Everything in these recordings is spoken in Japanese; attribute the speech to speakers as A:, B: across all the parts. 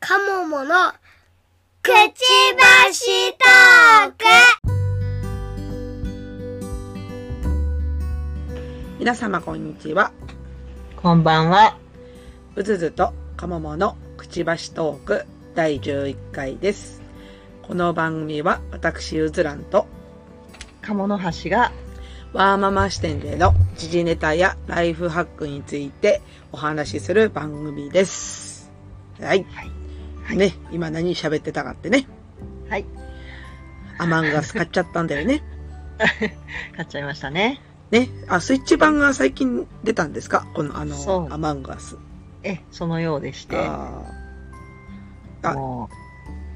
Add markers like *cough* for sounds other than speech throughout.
A: カモモのくちばしトーク
B: 皆様こんにちは。
C: こんばんは。
B: うずずとかもものくちばしトーク第11回です。この番組は私うずらんと
C: 鴨の橋が
B: ワーママ視点での時事ネタやライフハックについてお話しする番組です。はい。
C: はい
B: ね、今何喋ってたかってね。
C: はい。
B: アマンガス買っちゃったんだよ
C: *laughs*
B: ね。
C: 買っちゃいましたね。
B: ね。あ、スイッチ版が最近出たんですかこのあ
C: そ
B: の、
C: う
B: アマンガス。
C: え、そのようでして。
B: あーあ
C: も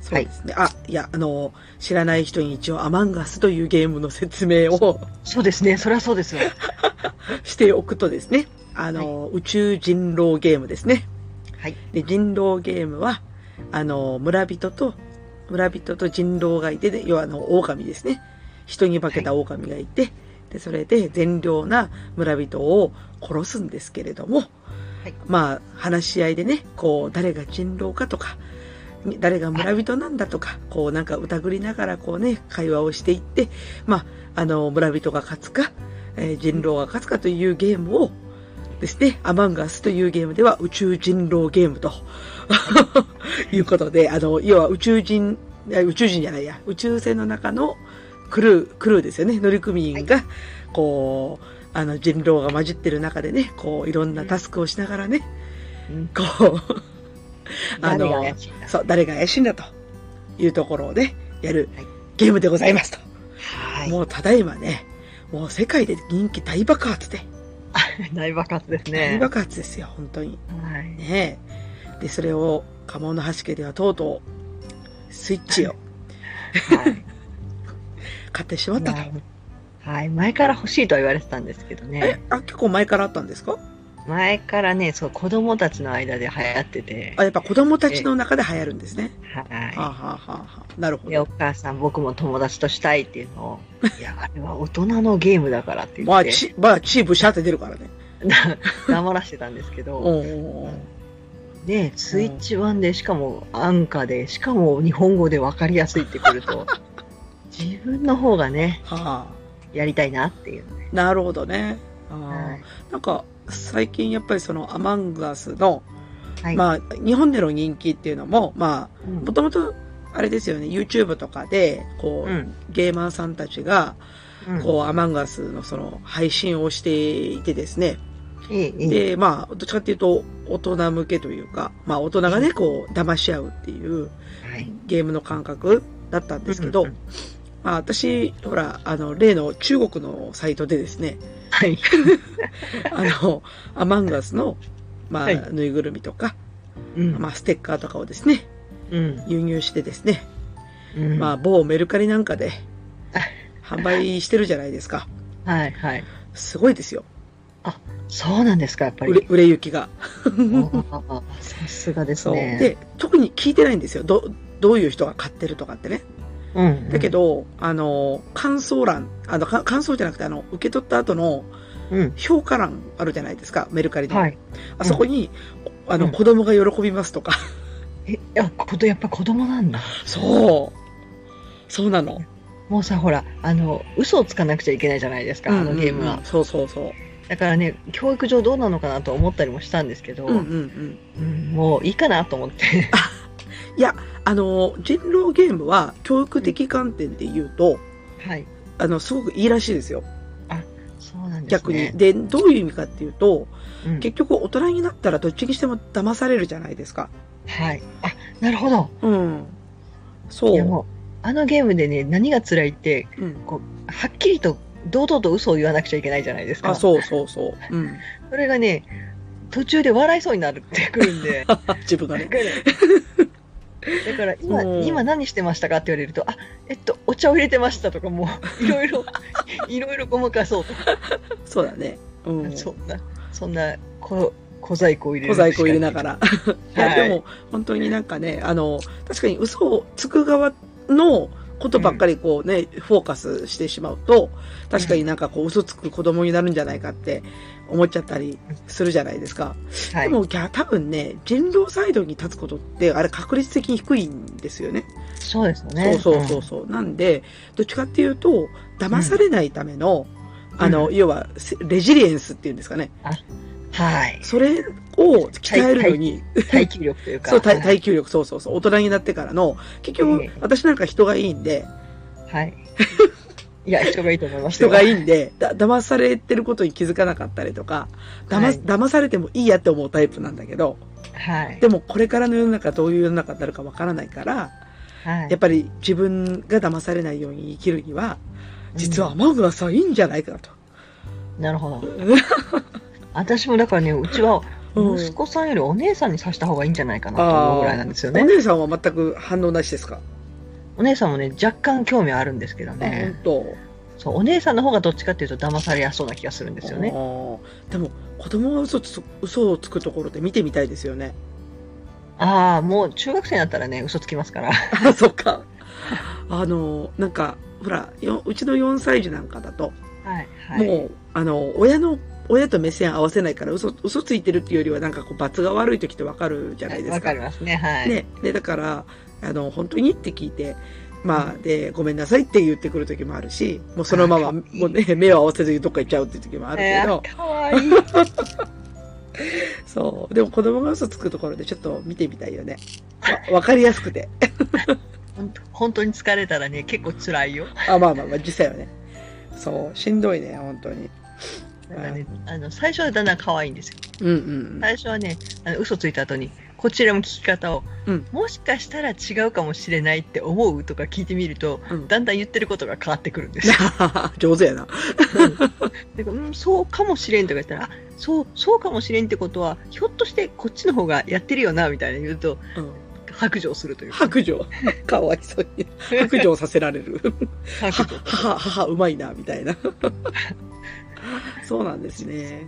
B: そうですね。あ、いや、あの、知らない人に一応アマンガスというゲームの説明を
C: うそうですね。そりゃそうですよ。
B: しておくとですね、あの、宇宙人狼ゲームですね。
C: はい。
B: で、人狼ゲームは、あの、村人と、村人と人狼がいて、で要はあの、狼ですね。人に化けた狼がいて、で、それで善良な村人を殺すんですけれども、
C: い
B: まあ、話し合いでね、こう、誰が人狼かとか、に誰が村人なんだとか、こうなんか疑りながらこうね、会話をしていって、まあ、あの、村人が勝つか、えー人狼が勝つかというゲームをですね、アマンガスというゲームでは宇宙人狼ゲームと *laughs* いうことで、あの、要は宇宙人、あ宇宙人じゃないや、宇宙船の中のクルー、クルーですよね、乗組員が、こう、あの人狼が混じってる中でね、こういろんなタスクをしながらね、
C: うん
B: こう、 *laughs* あの
C: 誰が怪しいんだ
B: そう、 *laughs* 誰が怪しいんだというところをね、やる
C: はい
B: ゲームでございますと。
C: はい。
B: もうただいまね、もう世界で人気大爆発で、
C: 大爆発です
B: 大
C: ね。
B: 爆発ですよ、本当に。
C: はい。
B: ねえ。で、それを、カモの橋家ではとうとう、スイッチを
C: はい
B: 買ってしまったと。
C: まあはい。前から欲しいとは言われてたんですけど
B: え
C: ね。、
B: あ、結構前からあったんですか
C: 前からね、そう、子供たちの間で流行ってて。
B: あ、やっぱ子供たちの中で流行るんですね。はあ、
C: は
B: はあはあはあ、なる
C: い。
B: ほ
C: で、お
B: ど。
C: 母さん、僕も友達としたいっていうのを、いや、あれは大人のゲームだからって言って。
B: まあ、ち、まあ、チーブシャーって出るからね。
C: *laughs* 黙らしてたんですけど、
B: おうおうおう
C: ねスイッチ1でしかも安価でしかも日本語で分かりやすいってく
B: *laughs*
C: ると自分の方がね
B: はあ、
C: やりたいなっていうね、
B: なるほどね。あー
C: はい
B: なんか、最近やっぱりそのアマンガスの、
C: はい
B: まあ、日本での人気っていうのも、ま
C: う
B: あ、
C: ん
B: もともと、あれですよね、YouTube とかで、こう、
C: うん
B: ゲーマーさんたちが、
C: うん
B: こう、アマンガスのその、配信をしていてですね。
C: いいいい
B: で、まあ、どっちかっていうと、大人向けというか、まあ、大人がね、こう、騙し合うっていう
C: はい
B: ゲームの感覚だったんですけど、
C: うんうん
B: まあ、私、ほら、あの、例の中国のサイトでですね、
C: はい
B: *laughs* あの、アマンガスの、まあ、
C: はい
B: ぬいぐるみとか、
C: うん
B: まあ、ステッカーとかをですね、
C: うん
B: 輸入してですね、
C: うん
B: まあ、某メルカリなんかで、販売してるじゃないですか。
C: はいはい
B: すごいですよ。
C: そうなんですかやっぱ
B: 売れ
C: り
B: 売れ行きが。
C: おーさすがです
B: そう。
C: ね
B: で、特に聞いてないんですよ。ど、どういう人が買ってるとかってね。
C: うんうん
B: だけど、あの、感想欄、あの、か感想じゃなくて、あの、受け取った後の
C: うん
B: 評価欄あるじゃないですか、メルカリの。
C: はい
B: あそこに、あの、
C: うん
B: 子供が喜びますとか。
C: えあことやっぱ子供なんだ
B: そう。そうなの。
C: もうさほらあの嘘をつかなくちゃいけないじゃないですかあのゲームは、
B: うんうんうんそうそうそう。
C: だからね教育上どうなのかなと思ったりもしたんですけど、
B: うんうんうん。
C: うんもういいかなと思って。
B: あの、人狼ゲームは教育的観点で言うと、
C: はい。
B: あの、すごくいいらしいですよ。
C: そうなんです
B: 逆
C: ね。
B: に。で、どういう意味かっていうと、
C: 逆に。
B: 結局大人になったらどっちにしても騙されるじゃないですか。
C: はい。あ、なるほど。
B: うん。そう。
C: いやもう、あのゲームでね、何が辛いって、
B: うん。
C: はっきりと堂々と嘘を言わなくちゃいけないじゃないですか。
B: あ、そうそうそう。うん。 *laughs*
C: それがね、途中で笑いそうになるってくるん
B: *laughs*
C: で。 *laughs*
B: 自分が
C: だ
B: ね。
C: からだから今、
B: うん
C: 今何してましたかって言われると、あ、えっと、お茶を入れてましたと
B: *laughs*
C: か、もう、いろいろ、いろいろごまかそうとか
B: そうだね。うん。
C: そんな、そんな、こ小細工を入れ
B: 小
C: る。
B: 細工を入れなが *laughs* ら。いや、
C: は
B: で
C: い
B: も、本当になんかね、あの、確かに嘘をつく側のことばっかりこうね、フォーカスしてしまうと、確かになんかこう嘘つく子供になるんじゃないかって思っちゃったりするじゃないですか。
C: は
B: で
C: い。
B: も、ぎゃ多分ね、人狼サイドに立つことって、あれ確率的に低いんですよね。
C: そうですよね。
B: そうそうそうそう。なんで、どっちかっていうと、騙されないための、
C: ん
B: あの、要は、せレジリエンスっていうんですかね。
C: うんはい。
B: それを鍛えるのに、
C: 耐久力というか。
B: そう、耐
C: はい。
B: 耐久力、そうそうそう。大人になってからの、結局、
C: ええ
B: 私なんか人がいいんで、
C: はい。いや、人がいいと思います
B: 人
C: よ。
B: がいいんで、だ、騙されてることに気づかなかったりとか、騙、
C: はい
B: 騙されてもいいやって思うタイプなんだけど、
C: はい。
B: でもこれからの世の中どういう世の中になるかわからないから、
C: はい
B: やっぱり自分が騙されないように生きるには、実は天草さんいいんじゃないかなと。
C: なるほ
B: *laughs*
C: ど。私もだからね、うちは
B: うん
C: 息子さんよりお姉さんにさした方がいいんじゃないかなと思うぐらいなんですよ
B: お
C: ね。
B: 姉さんは全く反応なしですか、
C: お姉さんもね、若干興味はあるんですけど
B: あ
C: ね。
B: 本当
C: そう、お姉さんの方がどっちかっていうと騙されやすそうな気がするんですよ
B: あ
C: ね。
B: ーでも、子供が嘘つ、嘘をつくところって見てみたいですよ
C: *laughs*
B: ね。
C: ああ、もう中学生になったらね、嘘つきま
B: *laughs*
C: すから。
B: あ、そっか。あの、なんか、ほら、ようちの4歳児なんかだと、
C: はい、はい。
B: もう、あの、親の、親と目線合わせないから嘘、嘘ついてるっていうよりはなんかこう、罰が悪い時ってわかるじゃないです
C: わ
B: か。
C: かりますね、はい。
B: ね、で、だから、あの、本当にって聞いて、まあ、で、ごめんなさいって言ってくる時もあるし、もうそのまま、
C: あー
B: も
C: かわいいう
B: ね、 *laughs* 目を合わせずにどっか行っちゃうっていう時もあるけど、
C: えーかわいい。
B: そう。でも子供が嘘つくところでちょっと見てみたいよね。わわかりやすくて。
C: ほんと本当に疲れたらね、結構辛いよ。
B: あ、まあまあまあ、実際はね。そう、しんどいね、本当に。
C: だからね、あの、最初はだんだん可愛いんですよ。
B: うんうん。
C: 最初はね、あの嘘ついた後に、こちらも聞き方を、
B: うん
C: もしかしたら違うかもしれないって思うとか聞いてみると、
B: うん
C: だんだん言ってることが変わってくる
B: *laughs*
C: んですよ。
B: 上手やな。
C: でうん、そうかもしれんとか言ったら、あそう、そうかもしれんってことは、ひょっとしてこっちの方がやってるよな、みたいな言うと、
B: うん
C: 白状するというか。
B: 白状。 *laughs* かわいそうに。白状させられ
C: *laughs*
B: る。
C: 白状。
B: 母、母、うまいな、みたいな。 *laughs* そうなんですね。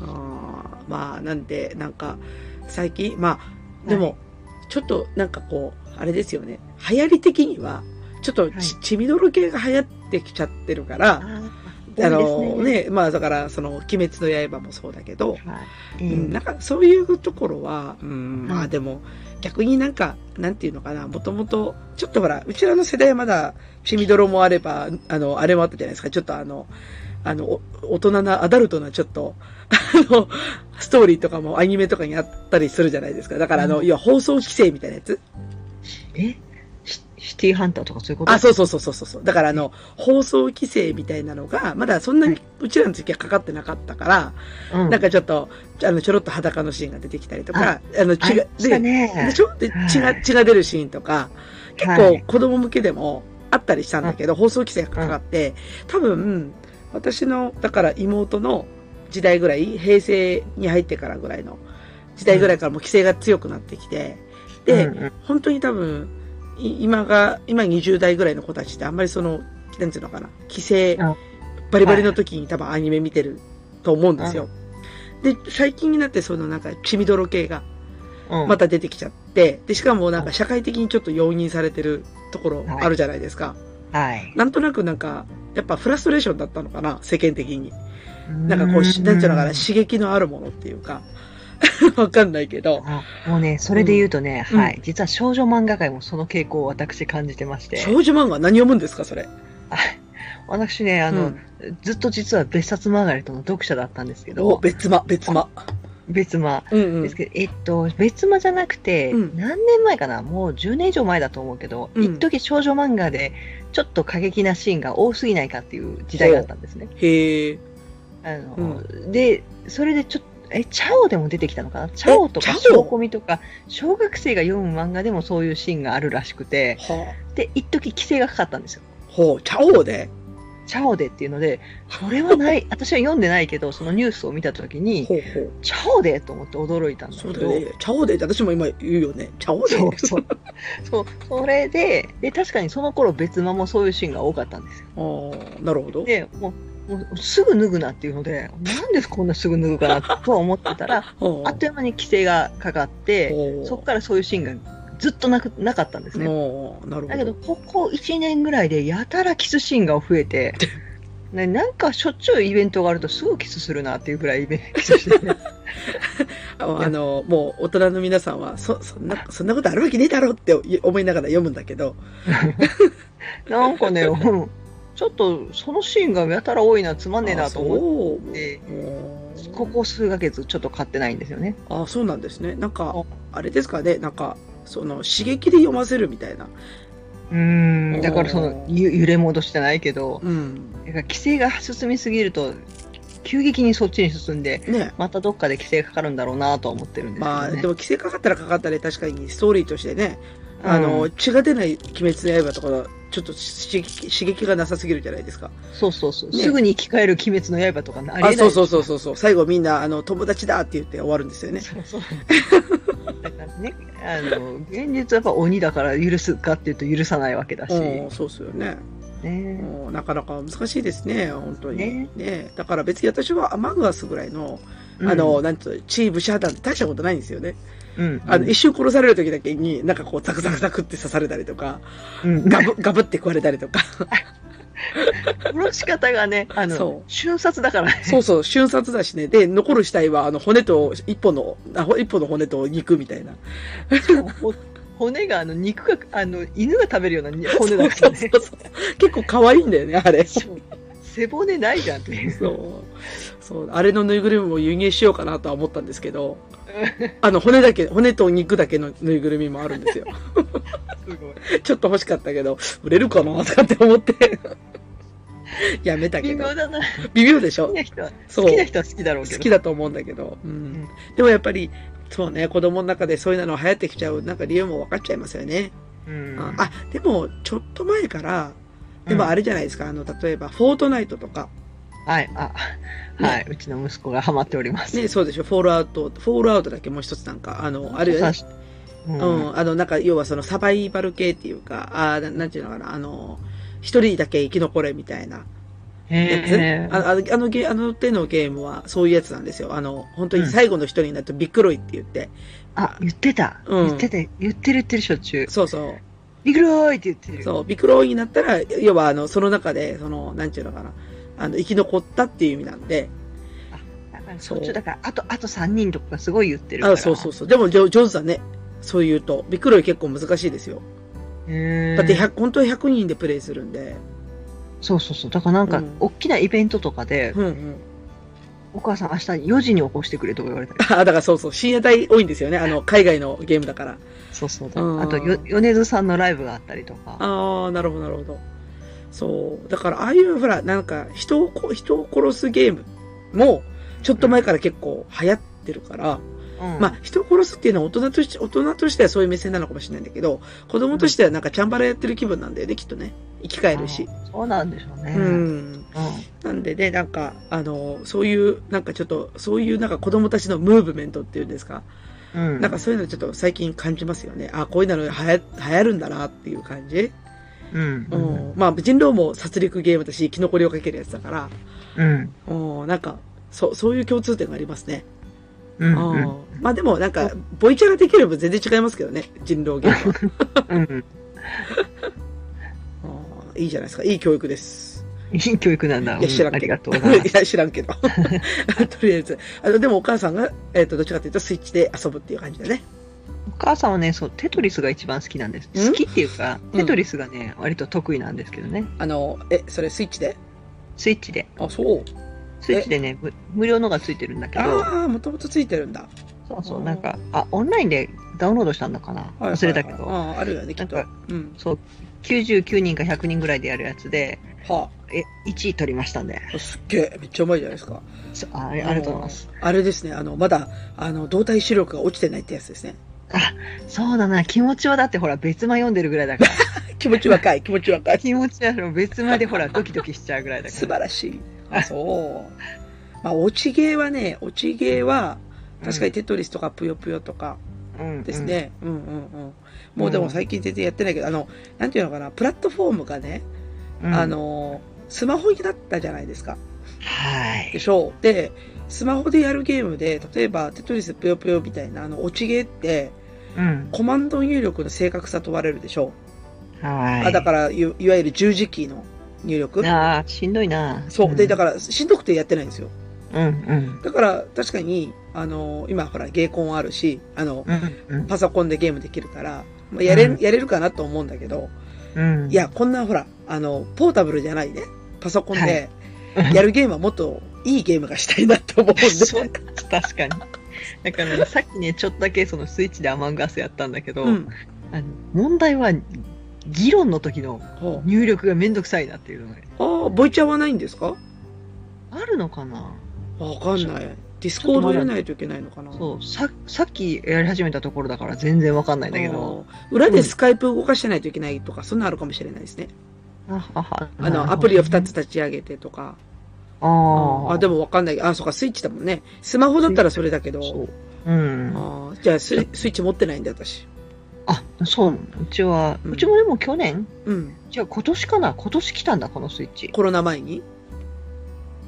B: あーまあ、なんで、なんか、最近、まあ、 *laughs* でも、ちょっと、なんかこう、あれですよね。流行り的には、ちょっとち、
C: は
B: 血みどろ系が流行ってきちゃってるか
C: あ
B: ら、
C: ー
B: あの
C: 多いですね
B: ね、まあだから、その、鬼滅の刃もそうだけど、
C: はい
B: うん、なんかそういうところは、うん、ま
C: は
B: あ
C: い
B: でも、逆になんか、なんていうのかな、もともと、ちょっとほら、うちらの世代はまだ、血みどろもあれば、あの、あれもあったじゃないですか、ちょっとあの、あの、お大人な、アダルトなちょっと、あの、ストーリーとかもアニメとかにあったりするじゃないですか。だからあの、
C: うん
B: 要は放送規制みたいなやつ
C: えシシティハンターとかそういうこと
B: あ、そうそうそうそうそうそう。だからあの、放送規制みたいなのが、まだそんなに
C: は
B: うちらの時はかかってなかったから、
C: う、ん、
B: なんかちょっと、あの、ちょろっと裸のシーンが出てきたりとか、あの、
C: あ
B: 血
C: り
B: が
C: ま、したね
B: でしょで
C: はい
B: 血が、血が出るシーンとか、結
C: は
B: 構
C: い
B: 子供向けでもあったりしたんだけど、放送規制がかかって、多分、私の、だから妹の時代ぐらい、平成に入ってからぐらいの時代ぐらいからもう規制が強くなってきて、で、
C: うんうん
B: 本当に多分、い今が、今20代ぐらいの子たちってあんまりその、なんていうのかな、規制
C: うん、
B: バリバリの時に多分アニメ見てると思うんですよ。で、最近になってそのなんか、血みどろ系が
C: うん
B: また出てきちゃって、で、しかもなんか社会的にちょっと容認されてるところあるじゃないですか。
C: はい。
B: なんとなくなんか、やっぱフラストレーションだったのかな、世間的に。なんかこう、しなんていうのかな、刺激のあるものっていうか、 *laughs* わかんないけど、
C: あもうね、それで言うとね、
B: うん
C: はい。実は少女漫画界もその傾向を私感じてまして。
B: 少女漫画何読むんですか、それ。
C: *laughs* 私ね、あ
B: う
C: の、
B: ん
C: ずっと実は別冊マーガレットの読者だったんですけ
B: お、
C: ど、
B: 別間、別間。
C: 別間。
B: うんう
C: で
B: ん
C: す。けど、えっと、別間じゃなくて、
B: うん
C: 何年前かなもう10年以上前だと思うけど、
B: うん
C: 一時少女漫画でちょっと過激なシーンが多すぎないかっていう時代だったんですね。
B: へえ。
C: あので、それでちょっと、え、チャオでも出てきたのかなチャオとか、
B: チャオ
C: 小コミとか、小学生が読む漫画でもそういうシーンがあるらしくて、
B: は
C: で、一時規制がかかったんですよ。
B: あ、ほう、チャオで。
C: チャオでっていうので、それ
B: *laughs*
C: はない、私は読んでないけど、そのニュースを見たときに、
B: ほうほう。
C: チャオでと思って驚いたんだ
B: そ
C: け
B: うだ
C: ど、
B: よね。チャオでって私も今言うよね。チャオで。
C: そうそう。そう、それで、で、確かにその頃別間もそういうシーンが多かったんですよ。
B: *laughs* ああ、なるほど。
C: で、もう、もうすぐ脱ぐなっていうので、なんでこんなすぐ脱ぐかなとは思ってたら、
B: ほ *laughs* う
C: あっという間に規制がかかって、
B: ほう
C: そこからそういうシーンがずっとなくなかったんですね。
B: もう、なるほど。
C: だけど、ここ1年ぐらいでやたらキスシーンが増えて、ね、なんかしょっちゅうイベントがあるとすぐキスするなっていうぐらいイベントキス
B: *laughs*
C: してね
B: ああの、もう大人の皆さんは、そ、そんな、そんなことあるわけねえだろうって思いながら読むんだけど、
C: なんかね、うんちょっとそのシーンがやたら多いなつまんねえなと思
B: 思
C: ってここ数ヶ月ちょっと買ってないんですよね
B: あそうなんですね。なんか
C: お、
B: あれですかね、なんか、その、刺激で読ませるみたいな。
C: うーんだからそのゆ揺れ戻してないけど
B: うん。
C: なんか規制が進みすぎると急激にそっちに進んで
B: ね。
C: またどっかで規制かかるんだろうなとは思ってるんですけ
B: まあ、
C: ど、ね
B: でも、規制かかったらかかったで、確かにストーリーとしてね、
C: うん
B: あの、血が出ない鬼滅の刃とか、ちょっと刺激刺激がなさすぎるじゃないですか。
C: そうそうそう、
B: ね
C: すぐに生き返る「鬼滅の刃」とかありえない
B: あそうそうそうそうそう。最後みんな、あの、友達だって言って終わるんですよね。
C: そうそうだからねあの現実はやっぱ鬼だから許すかっていうと許さないわけだし、
B: うん、そうっすよね。
C: ね
B: もうなかなか難しいですね、本当に。ね
C: ね
B: だから別に私はアマグアスぐらいの、あの、、なんつうの、チームシャーダンって大したことないんですよね。
C: うんうん、
B: あの、一瞬殺される時だけに、なんかこう、ザクザクザクって刺されたりとか、
C: うん
B: ガブ、ガブって食われたりとか。
C: 殺し方がねあ
B: そう
C: の瞬殺だからね
B: そうそう、瞬殺だしね。で、残る死体は、あの、骨と、一本の、あほ一本の骨と肉みたいな。
C: ほ骨があの肉があの犬が食べるようなに
B: そう
C: 骨だか
B: そ
C: ら
B: うそ
C: ね
B: うそう。結構可愛いんだよね、あれ。そ
C: そう背骨ないじゃんっていう
B: う。そう。あれのぬいぐるみも輸入しようかなとは思ったんですけ
C: *laughs*
B: ど、あの、骨だけ、骨と肉だけのぬいぐるみもあるんですよ。
C: すごい
B: ちょっと欲しかったけど、売れるかなとかって思 *laughs* って。やめたけ
C: 微
B: ど。
C: 妙だな
B: 微妙でし
C: 好
B: ょ
C: きな人は
B: そう
C: 好きな人は好きだろうけど
B: 好きだと思うんだけど。うん。
C: ん
B: でもやっぱり、そうね、子供の中でそういうの流行ってきちゃう、なんか理由も分かっちゃいますよね。
C: うん
B: ああ、でも、ちょっと前から、でもあれじゃないですか、あの、例えば、フォートナイトとか、
C: はいあはい、うちの息子がハマっております
B: ね、そうでしょ、フォールアウト、フォールアウトだっけもう一つなんか、あの、あるよね。
C: うん
B: うん、あの、なんか、要はそのサバイバル系っていうか、あーななんていうのかな、あの、一人だけ生き残れみたいなやつ、
C: へ
B: あの
C: ー
B: あのあのゲあの手のゲームはそういうやつなんですよ。あの、本当に最後の一人になるとビックロイって言って、
C: あ、言ってた。
B: うん
C: 言ってて、言ってる言ってるしょっちゅう。
B: そうそう、
C: ビクローイって言ってる。
B: そう、ビクロイになったら、要はあの、その中で、その、なんていうのかな、あの、生き残ったっていう意味なんで、
C: だから
B: そ
C: そうっちだから、あと、あと3人とかすごい言ってるから。
B: あそうそうそう。でも、上上手だね。そう言うと。ビックロイ結構難しいですよ。
C: へー
B: だって、100本当に100人でプレイするんで。
C: そうそうそう。だからなんか、
B: うん
C: 大きなイベントとかで、
B: うんうん。
C: お母さん明日4時に起こしてくれとか言わ
B: *laughs*
C: れたり。
B: あ、だからそうそう、深夜帯多いんですよね。あの、海外のゲームだから。
C: そうそうだ
B: うん
C: あとよ、米津さんのライブがあったりとか。
B: ああ、なるほど、なるほど。そう。だから、ああいう、ほら、なんか、人をこ、人を殺すゲームも、ちょっと前から結構流行ってるから、
C: うん
B: まあ、人を殺すっていうのは大人として、大人としてはそういう目線なのかもしれないんだけど、子供としてはなんかチャンバラやってる気分なんだよね、きっとね。生き返るし。
C: あそうなんでしょうね。
B: う
C: うん
B: ん。なんでね、なんか、あの、そういう、なんかちょっと、そういうなんか子供たちのムーブメントっていうんですか。
C: うん。
B: なんかそういうのちょっと最近感じますよね。あ、こういうの流行流行るんだなっていう感じ。
C: うん。
B: う
C: うんん。
B: まあ、人狼も殺戮ゲームだし、生き残りをかけるやつだから、
C: うん。
B: うん、なんか、そう、そういう共通点がありますね。
C: う。
B: うん
C: うん。
B: ん、まあでも、なんか、ボイチャができれば全然違いますけどね、人狼ゲー
C: *laughs*
B: ムは。
C: うん。
B: うんいいじゃないですか。いい教育です。
C: いい教育なんだ。
B: いや、知ら
C: うんんあ
B: け
C: り
B: ど。
C: がとうござい
B: *laughs*
C: ます。
B: や、知らんけ
C: *laughs*
B: ど。とりあえず。あの、でもお母さんが、えっ、と、どっちかというとスイッチで遊ぶっていう感じだね。
C: お母さんはね、そう、テトリスが一番好きなんです。
B: ん
C: 好きっていうか、
B: うん
C: テトリスがね、割と得意なんですけどね。
B: あの、え、それスイッチで
C: スイッチで。
B: あ、そう。
C: スイッチでね、無無料のがついてるんだけど、
B: ああ、もともとついてるんだ。
C: そうそうう、
B: ん
C: なんか、あ、オンラインでダウンロードしたんだかな。
B: はいはいはい
C: 忘れたけど、
B: ああ、あるよね、きっと。
C: な
B: うん。
C: そう、99人か100人ぐらいでやるやつで、
B: は
C: え、1位取りましたんで。
B: あ、すっげえ、めっちゃうまいじゃないですか。
C: そうあありありがとうございます。
B: あれですね、あの、まだ、あの、動体視力が落ちてないってやつですね。
C: そうだな、気持ちはだってほら、別間読んでるぐらいだか
B: 気持ち若
C: *laughs*
B: い、気持ち若
C: ら。
B: い。
C: 気持ちはあの別間でほら、ドキドキしちゃうぐらい
B: *laughs*
C: だ
B: 素
C: から。
B: 晴らしい。あ、そう。まあ、落ちゲーはね、落ちゲーは、確かにテトリスとかぷよぷよとか
C: うん
B: です。ね。うんうんうん。もうでも最近全然やってないけど、あの、なんていうのかな、プラットフォームがね、
C: うん
B: あ、の、スマホになったじゃないですか。
C: はい
B: で。しょう。で、スマホでやるゲームで、例えば、テトリスぷよぷよみたいな、あの、落ちゲーって、
C: うん。
B: コマンド入力の正確さ問われるでしょう。
C: はい。
B: あだからい、いわゆる十字キーの入力。
C: ああ、しんどいな。
B: そう。で、だ
C: か
B: から、しんどくてやってないんですよ。
C: ら。うん
B: だから、確かに、あの、今、ほら、ゲーコンあるし、あの、
C: うん。うん
B: パソコンでゲームできるから、まあやれ
C: うん
B: ん、やれるかなと思うんだけど、
C: うん。うん
B: い、や、こんな、ほら、あの、ポータブルじゃないね。パソコンで
C: はい
B: やるゲームはもっといいゲームがしたいなと思うんで。
C: *laughs* そう確かに。だから、さっきね、ちょっとだけそのスイッチでアマンガスやったんだけど、
B: うん。
C: あの問題は、議論の時の
B: ほう
C: 入力がめんどくさいなっていうのがね
B: ああ、ボイチャはないんですか
C: あるのかな
B: わかんない。ディス
C: ちょ
B: コ
C: っ
B: ー
C: と
B: ド
C: まだ
B: 入れないといけないのかな
C: そうささっきやり始めたところだから全然わかんないんだけど。
B: あー裏でスカイプ動かしてないといけないとか、そんなのあるかもしれないですね。
C: あはは
B: あの、アプリを2
C: つ
B: つ立ち上げてとか。
C: あ
B: あ
C: ー
B: あ、でもわかんない。あ、そうか、スイッチだもんね。スマホだったらそれだけ
C: そ
B: ど。
C: ううん
B: あーじゃあスイ、スイッチ持ってないんだ、私。
C: あそううちは、
B: う
C: うんちもでも去年
B: うん。
C: じゃあ今年かな今年来たんだこのスイッチ
B: コロナ前に。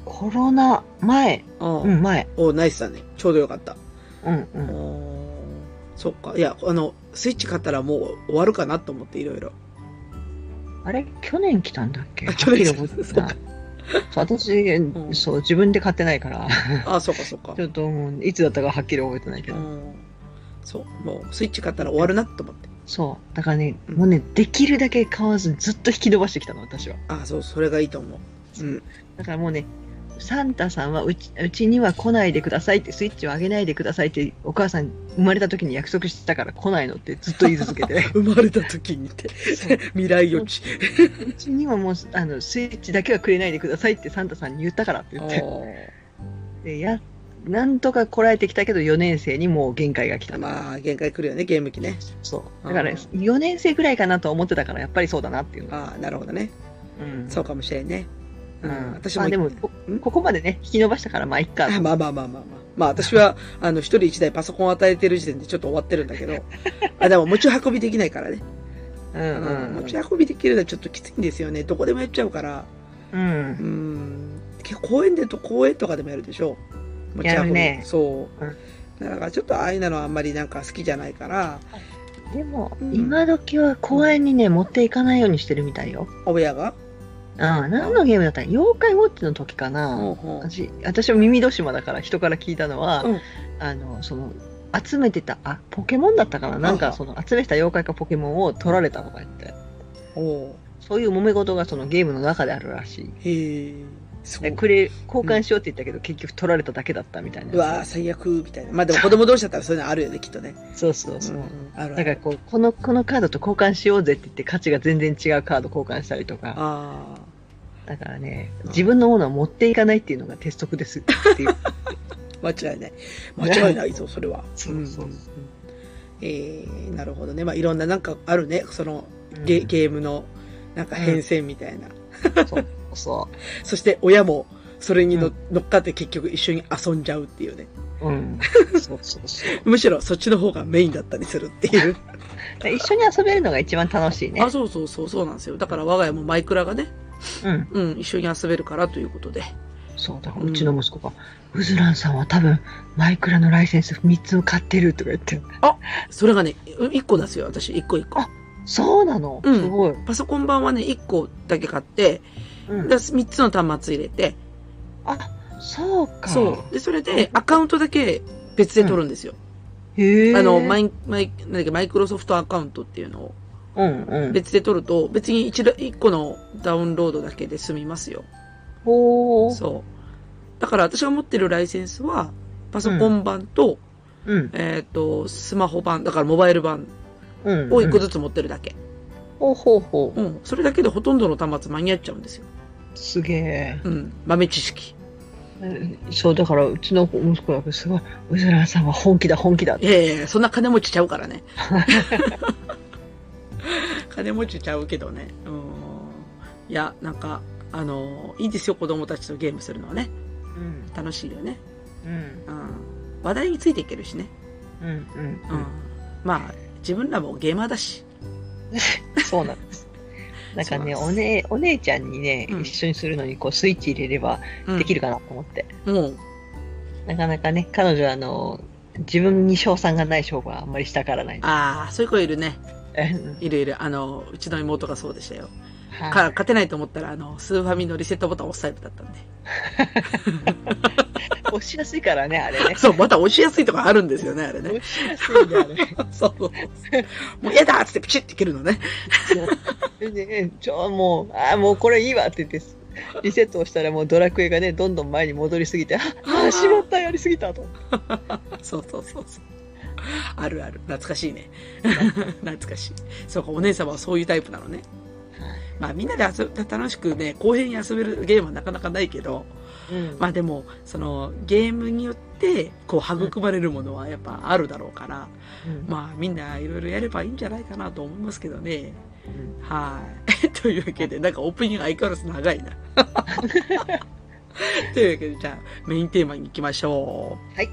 C: コロナ前
B: あー
C: うん前
B: おナイスだね。ちょうどよかった。
C: うんう
B: お
C: ん
B: ーそっか。いや、あの、スイッチ買ったらもう終わるかなと思って、いろいろ。
C: あれ去年来たんだっけ
B: あ去年
C: はっきり覚えてないそう私、
B: ん
C: そう自分で買ってないから
B: あー、そっかそっか
C: ち。ょっともういつだったかはっきり覚えてないけ
B: う
C: ど、
B: ん。そう。もう、スイッチ買ったら終わるなと思って。
C: そうだからね、
B: うん
C: もうねできるだけ買わずずっと引き伸ばしてきたの私は
B: あ、そう、それがいいと思う。う
C: *laughs*
B: ん。、
C: だからもうね、サンタさんはうちうちには来ないでくださいって、スイッチをあげないでくださいって、お母さん生まれた時に約束してたから来ないのってずっと言い続けて
B: *laughs* 生まれた時にって、未来予知。
C: うちにはもうあのスイッチだけはくれないでくださいってサンタさんに言ったからって言って、でやなんとかこらえてきたけど、4年生にもう限界が来たな。
B: まあ、限界来るよね、ゲーム機ね。
C: そうだから
B: あー
C: 4年生ぐらいかなと思ってたからやっぱりそうだなっていうのは、
B: ああ、なるほどね。
C: うん
B: そうかもしれんね。うん、私
C: ま
B: も。
C: あでもこここまでね引き伸ばしたからまあいっ
B: *laughs*
C: か
B: あまあまあまあまあまあ。まあ私は、あの、一人一台パソコンを与えてる時点でちょっと終わってるんだけ
C: *laughs*
B: ど。あ、でも持ち運びできないからね。
C: うん
B: う、
C: うんん
B: 持ち運びできるのはちょっときついんですよね。どこでもやっちゃうから。
C: うん
B: うん。結構公園でと公園とかでもやるでしょ。持ち
C: や
B: 運び。
C: るね
B: そう
C: うん。
B: だからちょっとああいうのはあんまりなんか好きじゃないから、
C: でも、
B: うん
C: 今時は公園にね、持っていかないようにしてるみたいよ。
B: 親が。
C: ああ、何のゲームだったら、妖怪ウォッチの時か
B: う
C: な。
B: ほう
C: 私、私は耳戸島だから人から聞いたのは、
B: うん
C: あの、その、集めてた、あ、ポケモンだったかななん
B: あ
C: か、その、集めてた妖怪かポケモンを取られたとか言って。
B: おう
C: そういう揉め事がそのゲームの中であるらしい。
B: へえ。すご
C: で
B: い。
C: くれ、交換しようって言ったけど、結局取られただけだったみたいな。
B: うわー最悪、みたいな。まあでも子供同士だったらそういうのあるよね、きっとね。
C: そうそうそう。
B: ん、あるある
C: だからこう、この、このカードと交換しようぜって言って、価値が全然違うカード交換したりとか。
B: ああ。
C: だからね、自分のものは持っていかないっていうのが鉄則ですっていう。
B: 間違いない。間違いないぞ、 *laughs* それは。
C: そうそうそうん
B: んんえー、なるほどね。まあ、いろんななんかあるね。そのゲゲームのなんか変遷みたいな。
C: ム。そ
B: そして親もそれにの、乗っかって結局一緒に遊んじゃうっていうね。
C: う。
B: *laughs*
C: うん。そうそうそう。
B: むしろそっちの方がメインだったりするっていう。
C: で一緒に遊べるのが一番楽しいね
B: あ、。そうそうそう、そうなんですよ。だから我が家もマイクラがね、
C: うん。
B: うん、一緒に遊べるからということで。
C: そう、だからうちの息子が、うずらんさんは多分、マイクラのライセンス3つを買ってるとか言って。
B: それがね、1個なんですよ、私、1個1個
C: あ。そうなの、
B: うん
C: すごい。
B: パソコン版はね、1個だけ買って、
C: うん
B: で、3つの端末入れて、
C: あ、そうか。
B: そう。で、それで、アカウントだけ別で取るんですよ。
C: へえ。
B: あの、マイ、マイ、なんだっけ、マイクロソフトアカウントっていうのを
C: うんうん。
B: 別で取ると、別に一度、一個のダウンロードだけで済みますよ。
C: ほー
B: そう。だから私が持ってるライセンスは、パソコン版と、
C: うん。
B: えっ、と、スマホ版、だからモバイル版
C: うん。
B: を一個
C: うん
B: ずつ持ってるだけ。
C: ほうほうほ
B: うん。それだけでほとんどの端末間に合っちゃうんですよ。
C: う。すげえ。
B: うん。豆知識。
C: そう、だから、うちの息子がすごい、うずらさんは本気だ、本気だって。
B: ええそんな金持ちちゃうからね。 *laughs* 金持ちちゃうけどね。うん。いや、なんか、あの、いいですよ、子供たちとゲームするのはね。
C: うん、
B: 楽しいよね。
C: うん、
B: うん。話題についていけるしね。
C: うん、
B: う
C: うんん。。
B: まあ、自分らもゲーマーだし。
C: そうなんです。なんかね、
B: そうな
C: お
B: んです
C: 姉、お姉ちゃんにね、
B: うん
C: 一緒にするのに、こう、スイッチ入れれば
B: うん
C: できるかなと思って。
B: もう、
C: なかなかね、彼女は、あの、自分に賞賛がない勝負はあんまりしたからない。
B: ああ、そういう子いるね。
C: うん
B: いるいる。あの、うちの妹がそうでしたよ。
C: はい
B: か勝てないと思ったら、あの、スーファミのリセットボタンを押すタイプだったんで。
C: 押しやすいからね、あれね。
B: そう、また押しやすいとかあるんですよね、あれね。
C: 押しやすいんだ、あれ。
B: *laughs* そう。もう嫌だっつってピチッて切るのね。
C: そうで、ちょ、もう、あーもうこれいいわって言って、リセットをしたらもうドラクエがね、どんどん前に戻りすぎて、あ、あー、しまった、やりすぎたと。
B: そうそうそうそう。あるある。懐かしいね。懐かしい。そうか、お姉様はそういうタイプなのね。まあみんなで遊ぶ、楽しくね、公平に遊べるゲームはなかなかないけど、
C: うん
B: まあでも、そのゲームによって、こう育まれるものはやっぱあるだろうから、
C: うん
B: まあみんないろいろやればいいんじゃないかなと思いますけどね。はい。 *laughs* というわけで、なんかオープニング相変わらず長いな。 *laughs* というわけで、じゃあメインテーマに行きましょう。
C: はい。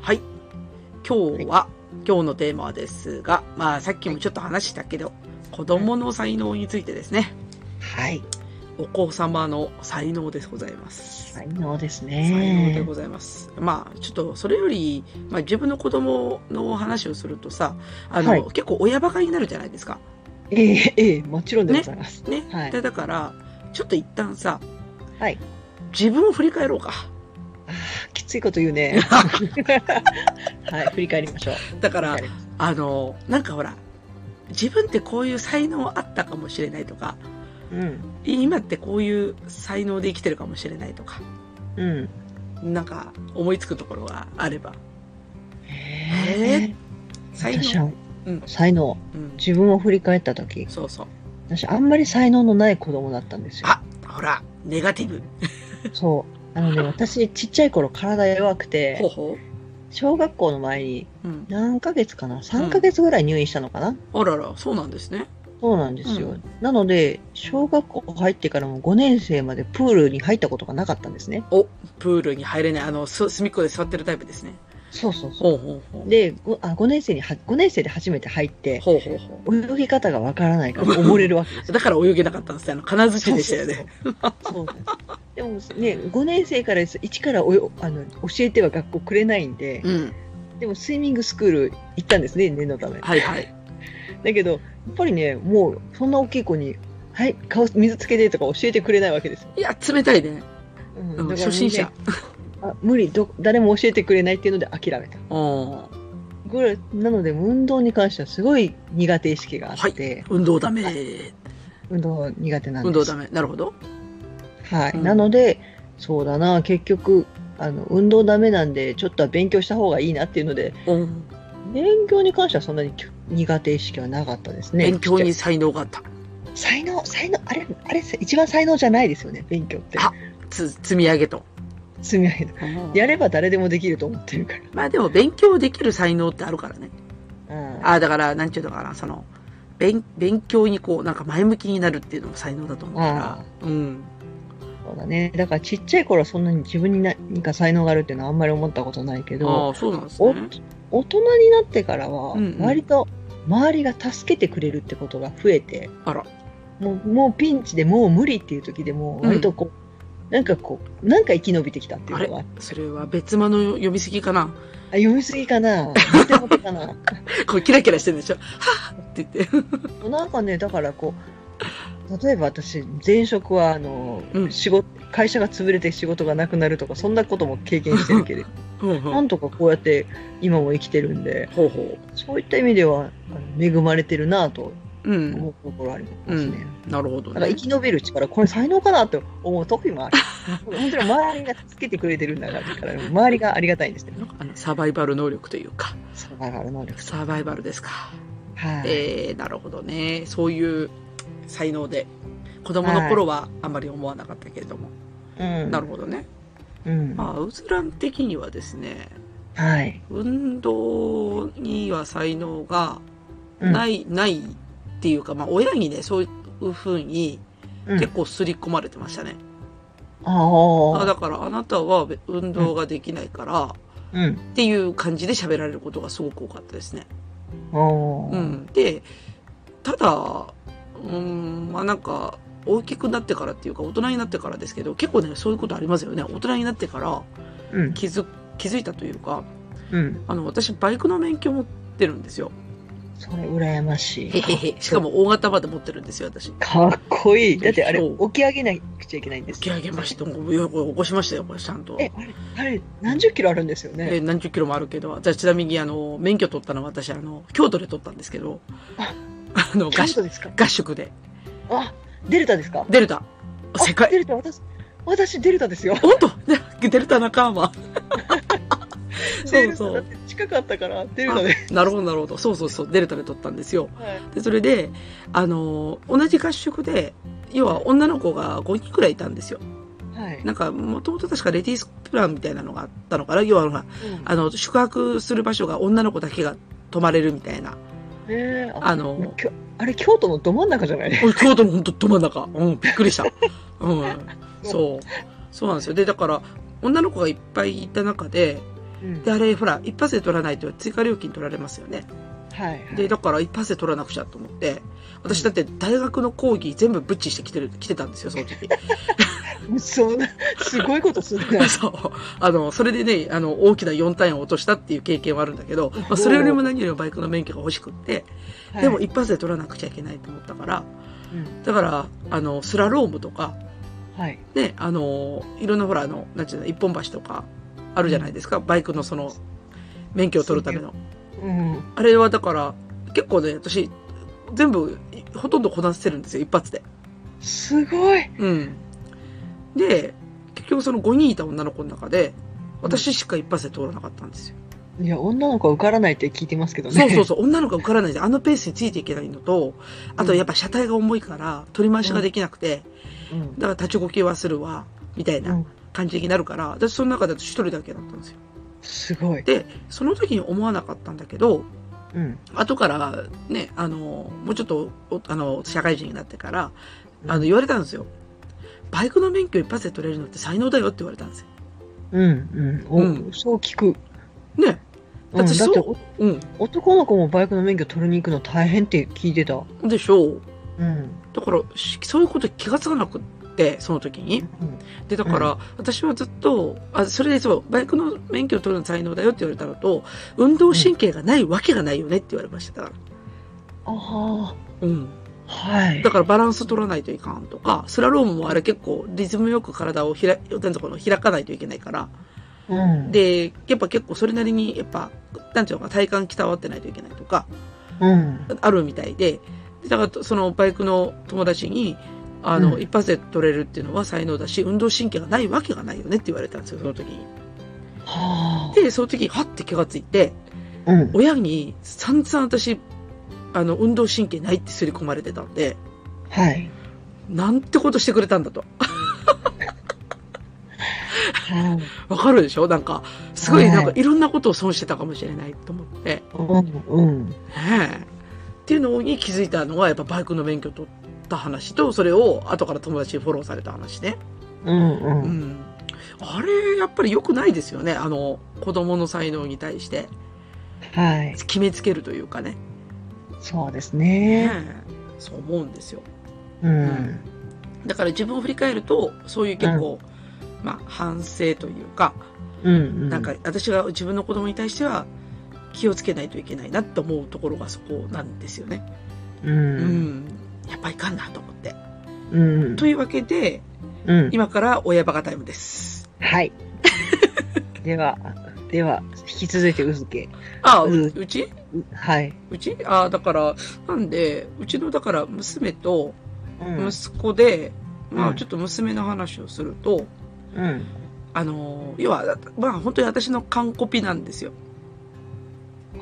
B: はい。今日は、今日のテーマはですが、まあさっきもちょっと話したけど、子供の才能についてですね。
C: はい。
B: お子様の才能でございます。
C: 才能です
B: 才能で
C: ね。
B: ございます。まあ、ちょっとそれより、まあ、自分の子供の話をするとさ、あの、
C: はい
B: 結構親バカになるじゃないですか。
C: ええ、ええ、もちろんでございます。
B: ね。
C: はい
B: でだから、ちょっと一旦さ、
C: はい
B: 自分を振り返ろうか。
C: きついこと言
B: *laughs*
C: うね。はい、振り返りましょう。
B: だか
C: 振り
B: ら
C: 返、ります
B: あの、なんかほら、自分ってこういう才能あったかもしれないとか、
C: うん。
B: 今ってこういう才能で生きてるかもしれないとか、
C: うん。
B: なんか思いつくところがあれば。
C: ええ。
B: 才
C: 私
B: 能。
C: は
B: うん
C: 才能。
B: うん。
C: 自分を振り返った時、
B: そうそう。
C: 私あんまり才能のない子供だったんですよ。
B: あ、ほら、ネガティブ。
C: そう。あのね、私、ちっちゃい頃体弱くて
B: ほう、ほ
C: 小学校の前に
B: う。うん。
C: 何ヶ月かな ?3 ヶ月ぐらい入院したのかな、
B: あらら、そうなんですね。
C: そうなんですよ。
B: う
C: なので、小学校入ってからも5年生までプールに入ったことがなかったんですね。
B: プールに入れない、あの、す隅っこで座ってるタイプですね。
C: そうそうそ
B: ほ
C: う。
B: うほうほう。
C: で、ごあ 5, 年生には5年生で初めて入って、
B: ほうほうほ
C: 泳ぎ方がわからないから溺れるわけです
B: う。
C: よ。
B: だから泳げなかったんですよ。あの、金槌でしたよね。
C: そうなんです。でもね、5年生からです一からおよあの教えては学校くれないんで、
B: うん。
C: でもスイミングスクール行ったんですね、念のため。
B: はいはい。
C: だけど、やっぱりね、もうそんな大きい子に、はい、顔水つけてとか教えてくれないわけですよ。
B: いや、冷たいね。
C: うん
B: うん
C: だから
B: 初心者
C: ね。あ無理ど、誰も教えてくれないっていうので諦めた。
B: うん。
C: ぐらいなので、運動に関してはすごい苦手意識があって、
B: 運動ダメ。
C: 運動苦手なんです。
B: 運動ダメ。なるほど。
C: はい、
B: うん
C: なので、そうだな、結局、あの運動ダメなんで、ちょっとは勉強した方がいいなっていうので、
B: うん。
C: 勉強に関してはそんなにき苦手意識はなかったですね。
B: 勉強
C: ち
B: に
C: っち
B: 才能があった。
C: ゃい才能、才能、あれ、あれ、一番才能じゃないですよね、勉強って。
B: あつ、積み上げと。
C: 積み上げたやれば誰でもできると思ってるから。
B: まあでも、勉強できる才能ってあるからね。
C: うん
B: ああ、だから、なんちゅうのかな、その、勉、勉強にこう、なんか前向きになるっていうのも才能だと思うか
C: あ
B: ら。うん。
C: そうだね。だからちっちゃい頃はそんなに自分に何か才能があるっていうのはあんまり思ったことないけ
B: あ
C: ど、
B: あ、そうなんです
C: お
B: ね。
C: 大人になってからは
B: うんうん
C: 割と周りが助けてくれるってことが増えて、
B: あら。
C: もうもうピンチでもう無理っていう時でも割とこう、なんかこう、なんか生き延びてきたっていうのは、
B: それは別間の読みすぎかな。
C: あ読みすぎかな見てもかな *laughs*
B: こう、キラキラしてるんでしょ。はぁって言って。
C: なんかね、だからこう、例えば私、前職はあの、
B: うん
C: 仕事、会社が潰れて仕事がなくなるとか、そんなことも経験してるけれど、
B: ほ *laughs* うほ
C: な
B: うん
C: とかこうやって今も生きてるんで、
B: ほうほ
C: そういった意味ではあの恵まれてるなぁ
B: う。
C: と
B: うん。
C: 思うところありますね。
B: なるほど
C: なんか
B: ね
C: 生。き延びる力、これ才能かなと思う
B: *laughs*
C: 時もある。本当に周りが助けてくれてるんだから、周りがありがたいんですね。
B: なんかあのサバイバル能力というか、
C: サバイバル能力。
B: サバイバルですか。
C: はい。
B: えー、なるほどね。そういう才能で。子供の頃はあまり思わなかったけれども。
C: うん。
B: なるほどね。
C: うん。
B: まあ、うずらん的にはですね、
C: はい。
B: 運動には才能が
C: うん
B: ない、ないっていうか、まあ、親にね、そういうふうに
C: うん
B: 結構刷り込まれてましたね。
C: あ
B: あ
C: あ。
B: だからあなたはべ運動ができないから、
C: うん。
B: っていう感じで喋られることがすごく多かったですね。
C: お
B: う
C: ー。
B: ん。で、ただ、うん、まあなんか、大きくなってからっていうか、大人になってからですけど、結構ね、そういうことありますよね。大人になってから
C: うん。
B: 気づ、気づいたというか、
C: うん。
B: あの、私、バイクの免許持ってるん
C: *laughs*
B: ですよ。
C: それ、羨まし
B: へへ
C: い。
B: へ。しかも、大型まで持ってるんですよ、私。
C: かっこいい。だって、あれ、
B: そう
C: 起き上げなくちゃいけないんです
B: 起き上げました。よよ起こしましたよ、これ、ちゃんと。
C: え、あれ、あれ、何十キロあるんですよ
B: え
C: ね。
B: 何十キロもあるけど、私ちなみにあの、免許取ったのは私あの、京都で取ったんですけ
C: *laughs*
B: ど、あの、合
C: 京
B: 宿
C: 都ですか
B: 合宿で。
C: あ、デルタですか
B: デルタ。世
C: あデ
B: 界。
C: ルタ、私、私、デルタですよ。
B: おっとね *laughs* デルタ仲間。そうそう
C: デルタだって近かったから、デルタで。
B: なるほど、なるほど。そうそうそう、デルタで取ったんですよ。
C: はい。
B: で、それで、あの、同じ合宿で、要は女の子が5人くらいいたんですよ。
C: はい。
B: なんか、もともと確かレディースプランみたいなのがあったのかな要はほら、
C: うん
B: あの、宿泊する場所が女の子だけが泊まれるみたいな。
C: ねえあ
B: あの、
C: きょあれ、京都のど真ん中じゃない
B: お京都の本当ど真ん中。うん、びっくりした。うん。そう。そうなんですよ。で、だから、女の子がいっぱいいた中で、
C: うん
B: で、あれ、ほら、一発で取らないと追加料金取られますよね。
C: はいはい。
B: で、だから一発で取らなくちゃと思って、私だって大学の講義全部ブッチしてきてる、来てたんですよ、その時。
C: そんな、すごいことするな。
B: そう。あの、それでね、あの、大きな4単位を落としたっていう経験はあるんだけど、まあ、それよりも何よりもバイクの免許が欲しくって、 *laughs* でも
C: はい
B: 一発で取らなくちゃいけないと思ったから、
C: うん
B: だから、あの、スラロームとか、
C: はい。
B: ね、あの、いろんなほら、あの、なんていうの、一本橋とか、あるじゃないですか、バイクのその、免許を取るための。
C: うん。
B: あれはだから、結構ね、私、全部、いほとんどこなせるんですよ、一発で。
C: すごい。
B: うん。で、結局その5人いた女の子の中で、私しか一発で通らなかったんですよ。
C: いや、女の子は受からないって聞いてますけどね。
B: そうそうそう、女の子が受からないで、あのペースについていけないのと、あとやっぱ車体が重いから、取り回しができなくて、
C: う。うん。
B: だから立ち動きはするわ、みたいうなん感じになるから、私その中で私一人だけだったんですよ。
C: すごい。
B: で、その時に思わなかったんだけど、
C: うん。
B: 後からね、あの、もうちょっと、おあの、社会人になってから、
C: うん
B: あの、言われたんですよ。バイクの免許一発で取れるのって才能だよって言われたんですよ。
C: うん。うん。
B: う
C: おそう聞く。
B: ね。
C: うん、だ
B: 私
C: って
B: そ
C: お
B: う、うん。
C: 男の子もバイクの免許取りに行くの大変って聞いてた。
B: でしょう。
C: うん。
B: だから、しそういうこと気がつかなくって、その時に。で、だから、私はずっと、あ、それでそう、バイクの免許を取るの才能だよって言われたのと、運動神経がないわけがないよねって言われました。だか
C: あ
B: ら。うん。
C: あ、はい
B: だ。からバランス取らないといかんとか、スラロームもあれ結構リズムよく体をひら、なんとこの開かないといけないから、
C: うん。
B: で、やっぱ結構それなりに、やっぱ、なんていうのか、体幹伝わってないといけないとか、
C: うん。
B: あるみたいで、でだからそのバイクの友達に、あの、
C: うん
B: 一発で取れるっていうのは才能だし、運動神経がないわけがないよねって言われたんですよ、その時に。
C: はあ。
B: で、その時に、はって気がついて、
C: うん。
B: 親に散々私、あの、運動神経ないって刷り込まれてたんで、
C: はい。
B: なんてことしてくれたんだと。
C: はい。
B: わかるでしょなんか、すごい
C: はい
B: なんかいろんなことを損してたかもしれないと思って、ね
C: うん。うん。
B: え。っていうのに気づいたのは、やっぱバイクの免許取った話と、それを後から友達にフォローされた話ね。
C: うん。う。
B: うんん。あれ、やっぱり良くないですよね。あの、子供の才能に対して、
C: はい。
B: 決めつけるというかね。
C: そうです
B: ね
C: ね。
B: えそう思うんですよ。
C: うん。
B: だから自分を振り返ると、そういう結構、まあ、反省というか、
C: うん。
B: なんか、私が自分の子供に対しては気をつけないといけないなと思うところがそこなんですよね。
C: う。
B: うんん。やっぱいかんなと思って。
C: うん。
B: というわけで、
C: うん。
B: 今から親バカタイムです。
C: はい。では、では、引き続いて、うずけ。
B: あ、う
C: うん
B: うち
C: うはい。
B: うちあ、だから、なんで、うちの、だから、娘と
C: うん。
B: 息子で、ま
C: う
B: あ、
C: ん
B: ちょっと娘の話をすると、
C: うん。
B: あの、要は、まあ、本当に私の完コピなんですよ。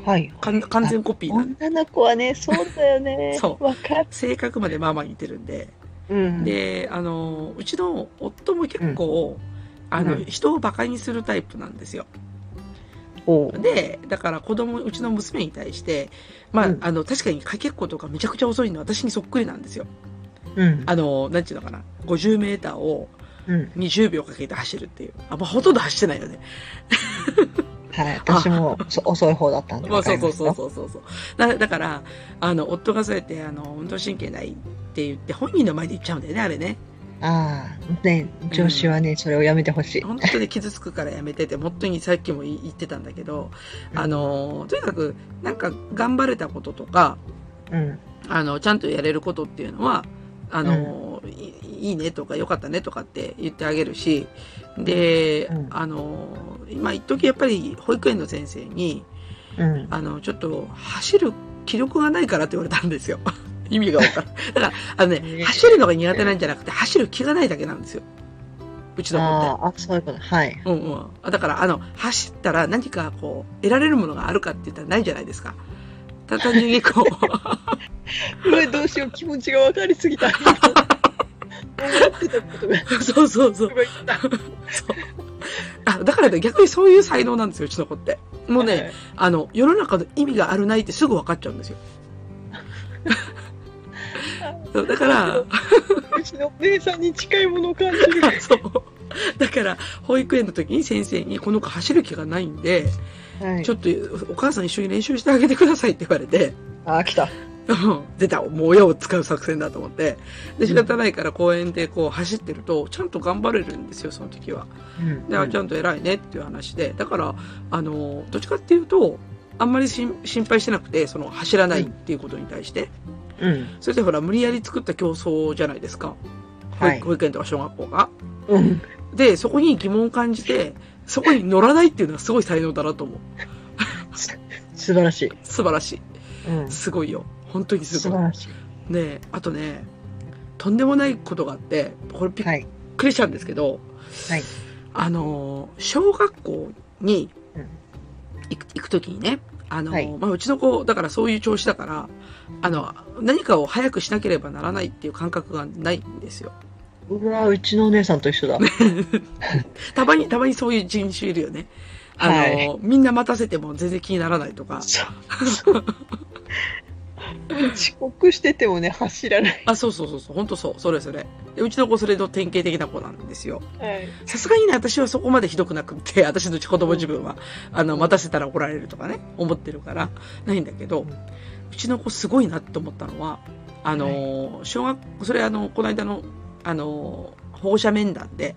C: はい。
B: 完完全コピーなん。
C: 女の子はね、そうだよね。
B: そう
C: わかる。
B: 性格までまあまあ似てるんで。
C: うん。
B: で、あの、うちの夫も結構、あの、
C: うん
B: 人を馬鹿にするタイプなんですよ。
C: おう。
B: で、だから子供、うちの娘に対して、まあ、
C: うん
B: あの、確かにかけっことかめちゃくちゃ遅いのは私にそっくりなんですよ。
C: うん。
B: あの、なんていうのかな。50メーターを
C: うん。
B: 20秒かけて走るっていう。あ、まあ、ほとんど走ってないよね。
C: はい、私もそ遅い方だったんで
B: も
C: わ
B: う
C: か
B: そ
C: り
B: うそう
C: ます
B: そ
C: よ
B: うそうそうそうだだからあの夫がそうやってあの運動神経ないって言って本人の前で言っちゃうんだよねあれね
C: ああ、ね、上司はね、それをやめてほしい。
B: 本当に傷つくからやめてて本当にさっきも言ってたんだけどあのとにかくなんか頑張れたこととか
C: うん、
B: あのちゃんとやれることっていうのはあの、いいいねとか良かったねとかって言ってあげるしで、
C: うん
B: あの今一時やっぱり保育園の先生に
C: うん、
B: あのちょっと走る気力がないからって言われたんですよ *laughs* 意味が分からんだからあの
C: え
B: ね
C: え
B: 走るのが苦手なんじゃなくて走る気がないだけなんですようちの子って
C: あーあ、そういうこと。はい。
B: うんうんあ、だからあの走ったら何かこう得られるものがあるかって言ったらないじゃないですか。た単純にこう
C: うわ、どうしよう、気持ちが分かりすぎた。思ってたことが、
B: *laughs* そうそうそう
C: すごい言った
B: あだからね逆にそういう才能なんですようちの子ってもうね、あの世の中の意味があるないってすぐ分かっちゃうんです *laughs* よそうだから *laughs*
C: うちのお姉さんに近いものを感じる。
B: そうだから保育園の時に先生にこの子走る気がないんで、
C: はい
B: ちょっとお母さん一緒に練習してあげてくださいって言われて
C: あー、来た。
B: うん *laughs* 出た、もう親を使う作戦だと思って。で、仕方ないから公園でこう走ってると、ちゃんと頑張れるんですよ、その時は。
C: うん
B: で、あ、ちゃんと偉いねっていう話で。だから、あの、どっちかっていうと、あんまり心心配してなくて、その走らないっていうことに対して。
C: うん、
B: それでほら、無理やり作った競争じゃないですか。保
C: はい
B: 育。保育園とか小学校が。
C: うん。
B: で、そこに疑問を感じて、そこに乗らないっていうのはすごい才能だなと思う。
C: 素晴らしい。
B: 素晴らし
C: うん
B: い。。すごいよ。本当にす
C: 素晴
B: ごい。
C: らしい。
B: ねあとね、とんでもないことがあって、これびっ
C: はい。
B: びっくりしたんですけど、
C: はい
B: あのー小学校に
C: うん
B: 行く行く時にねあのー、
C: はい
B: まあ、うちの子だからそういう調子だからあの何かを早くしなければならないっていう感覚がないんですよ
C: うわ、うちのお姉さんと一緒だ。
B: たまにたまにそういう人種いるよねあのー、みんな待たせても全然気にならないとか
C: そうそう遅刻しててもね、走らない。
B: あそうそうそうそう本当そうそれそれでうちの子それの典型的な子なんですよ
C: はい。
B: さすがにね、私はそこまでひどくなくって、 *laughs* 私の子供自分は、あの、待たせたら怒られるとかね、思ってるから、ないんだけど、
C: う
B: うんちの子すごいなと思ったのは、あの、小学それあの、この間の、あの、保護者面談で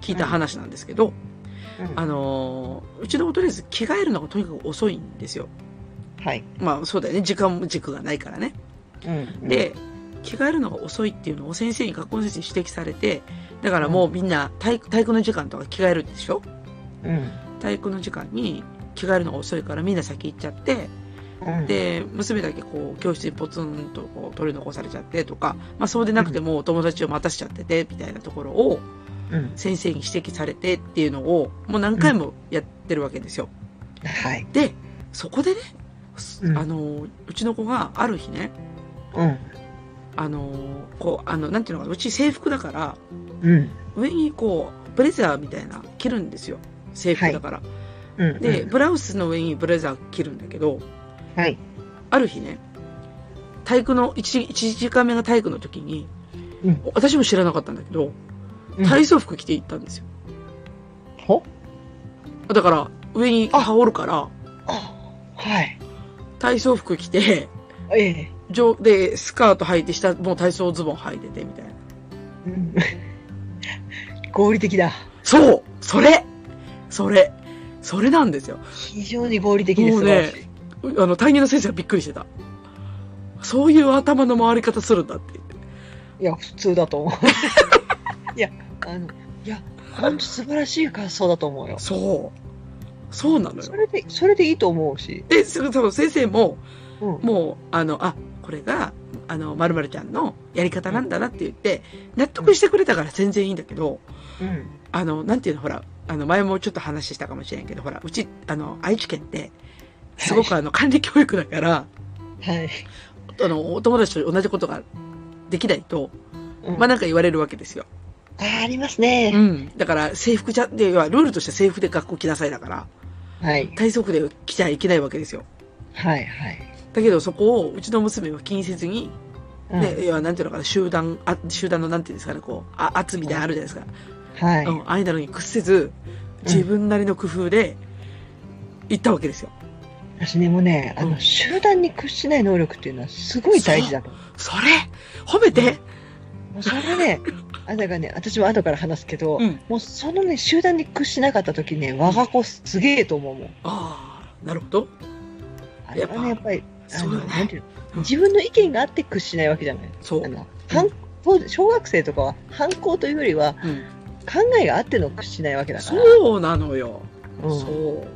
B: 聞いた話なんですけど、あの、うちの子とりあえず着替えるのがとにかく遅いんですよ。
C: はい。
B: まあそうだよね、時間も軸がないからね。
C: うん、
B: で、着替えるのが遅いっていうのを先生に、学校の先生に指摘されて、だからもうみんな体育体育の時間とか着替えるでしょ
C: うん、
B: 体育の時間に着替えるのが遅いからみんな先行っちゃって、
C: うん、
B: で、娘だけこう教室にポツンとこう取り残されちゃってとか、まあそうでなくてもお友達を待たせちゃっててみたいなところを
C: うん、
B: 先生に指摘されてっていうのをもう何回もやってるわけですよ。
C: はい。
B: で、そこでね、
C: うん
B: あの、うちの子がある日ね、
C: うん、
B: あの、こう、あの、なんていうのかな、うち制服だから、
C: うん、
B: 上にこう、ブレザーみたいな着るんですよ。制服だから。
C: うん。
B: で、
C: うん、
B: ブラウスの上にブレザー着るんだけど、
C: はい。
B: ある日ね、体育の1、一時間目が体育の時に、
C: うん
B: 私も知らなかったんだけど、体操服着て行ったんですよ。
C: ほ
B: だから、上に羽織るから、
C: あ、はい。
B: 体操服着て、
C: ええ。
B: 上、で、スカート履いて、下、もう体操ズボン履いてて、みたいな。
C: うん、合理的だ。
B: そうそれそれそれなんですよ。
C: 非常に合理的です。
B: もうねうあの、担任の先生がびっくりしてた。そういう頭の回り方するんだって言って。
C: いや、普通だと思う。い *laughs* や、あの、いや、本当素晴らしい発想だと思うよ。
B: そう。そうなのよ
C: そ。れで、それでいいと思うし。
B: で、すぐ多分先生も、
C: うん。
B: もう、あの、あ、これが、あの、まるちゃんのやり方なんだなって言って、納得してくれたから全然いいんだけど、
C: うん。
B: あの、なんていうの、ほら、あの、前もちょっと話したかもしれんけど、ほら、うち、あの、愛知県って、すごくあの、管理教育だから、
C: はい。
B: あの、お友達と同じことができないと、
C: うん
B: まあなんか言われるわけですよ。
C: あー、あります
B: う
C: ね。
B: ん。だから、制服じゃ、で、要はルールとして制服で学校来なさいだから、
C: はい。
B: 体操服で来ちゃいけないわけですよ。
C: はい、はい。
B: だけど、そこを、うちの娘は気にせずに、
C: うん
B: ね、いや、なんていうのかな、集団、あ集団のなんていうんですかね、こう、あ圧みたいなのあるじゃないですか。
C: はい。
B: うん、ああいうのに屈せず、自分なりの工夫で、行ったわけですよ。
C: 私ね、もうね、あ
B: う
C: の、
B: ん
C: 集団に屈しない能力っていうのはすごい大事だと思
B: それ褒めて
C: う。もうそ
B: *laughs*
C: れね、あだからね、私も後から話すけど、
B: うん。
C: もうそのね、集団に屈しなかった時ね、我が子すげえと思うもん。
B: ああ、なるほど。
C: あれはね、
B: や
C: や
B: っ
C: っぱり、あ
B: そう
C: の、
B: だ
C: なん
B: ね。
C: ていうの、自分の意見があって屈しないわけじゃない。
B: そう
C: あ。の、反当時小学生とかは反抗というよりは、
B: うん
C: 考えがあっての屈しないわけだから。
B: そうなのよ。
C: うん
B: そう。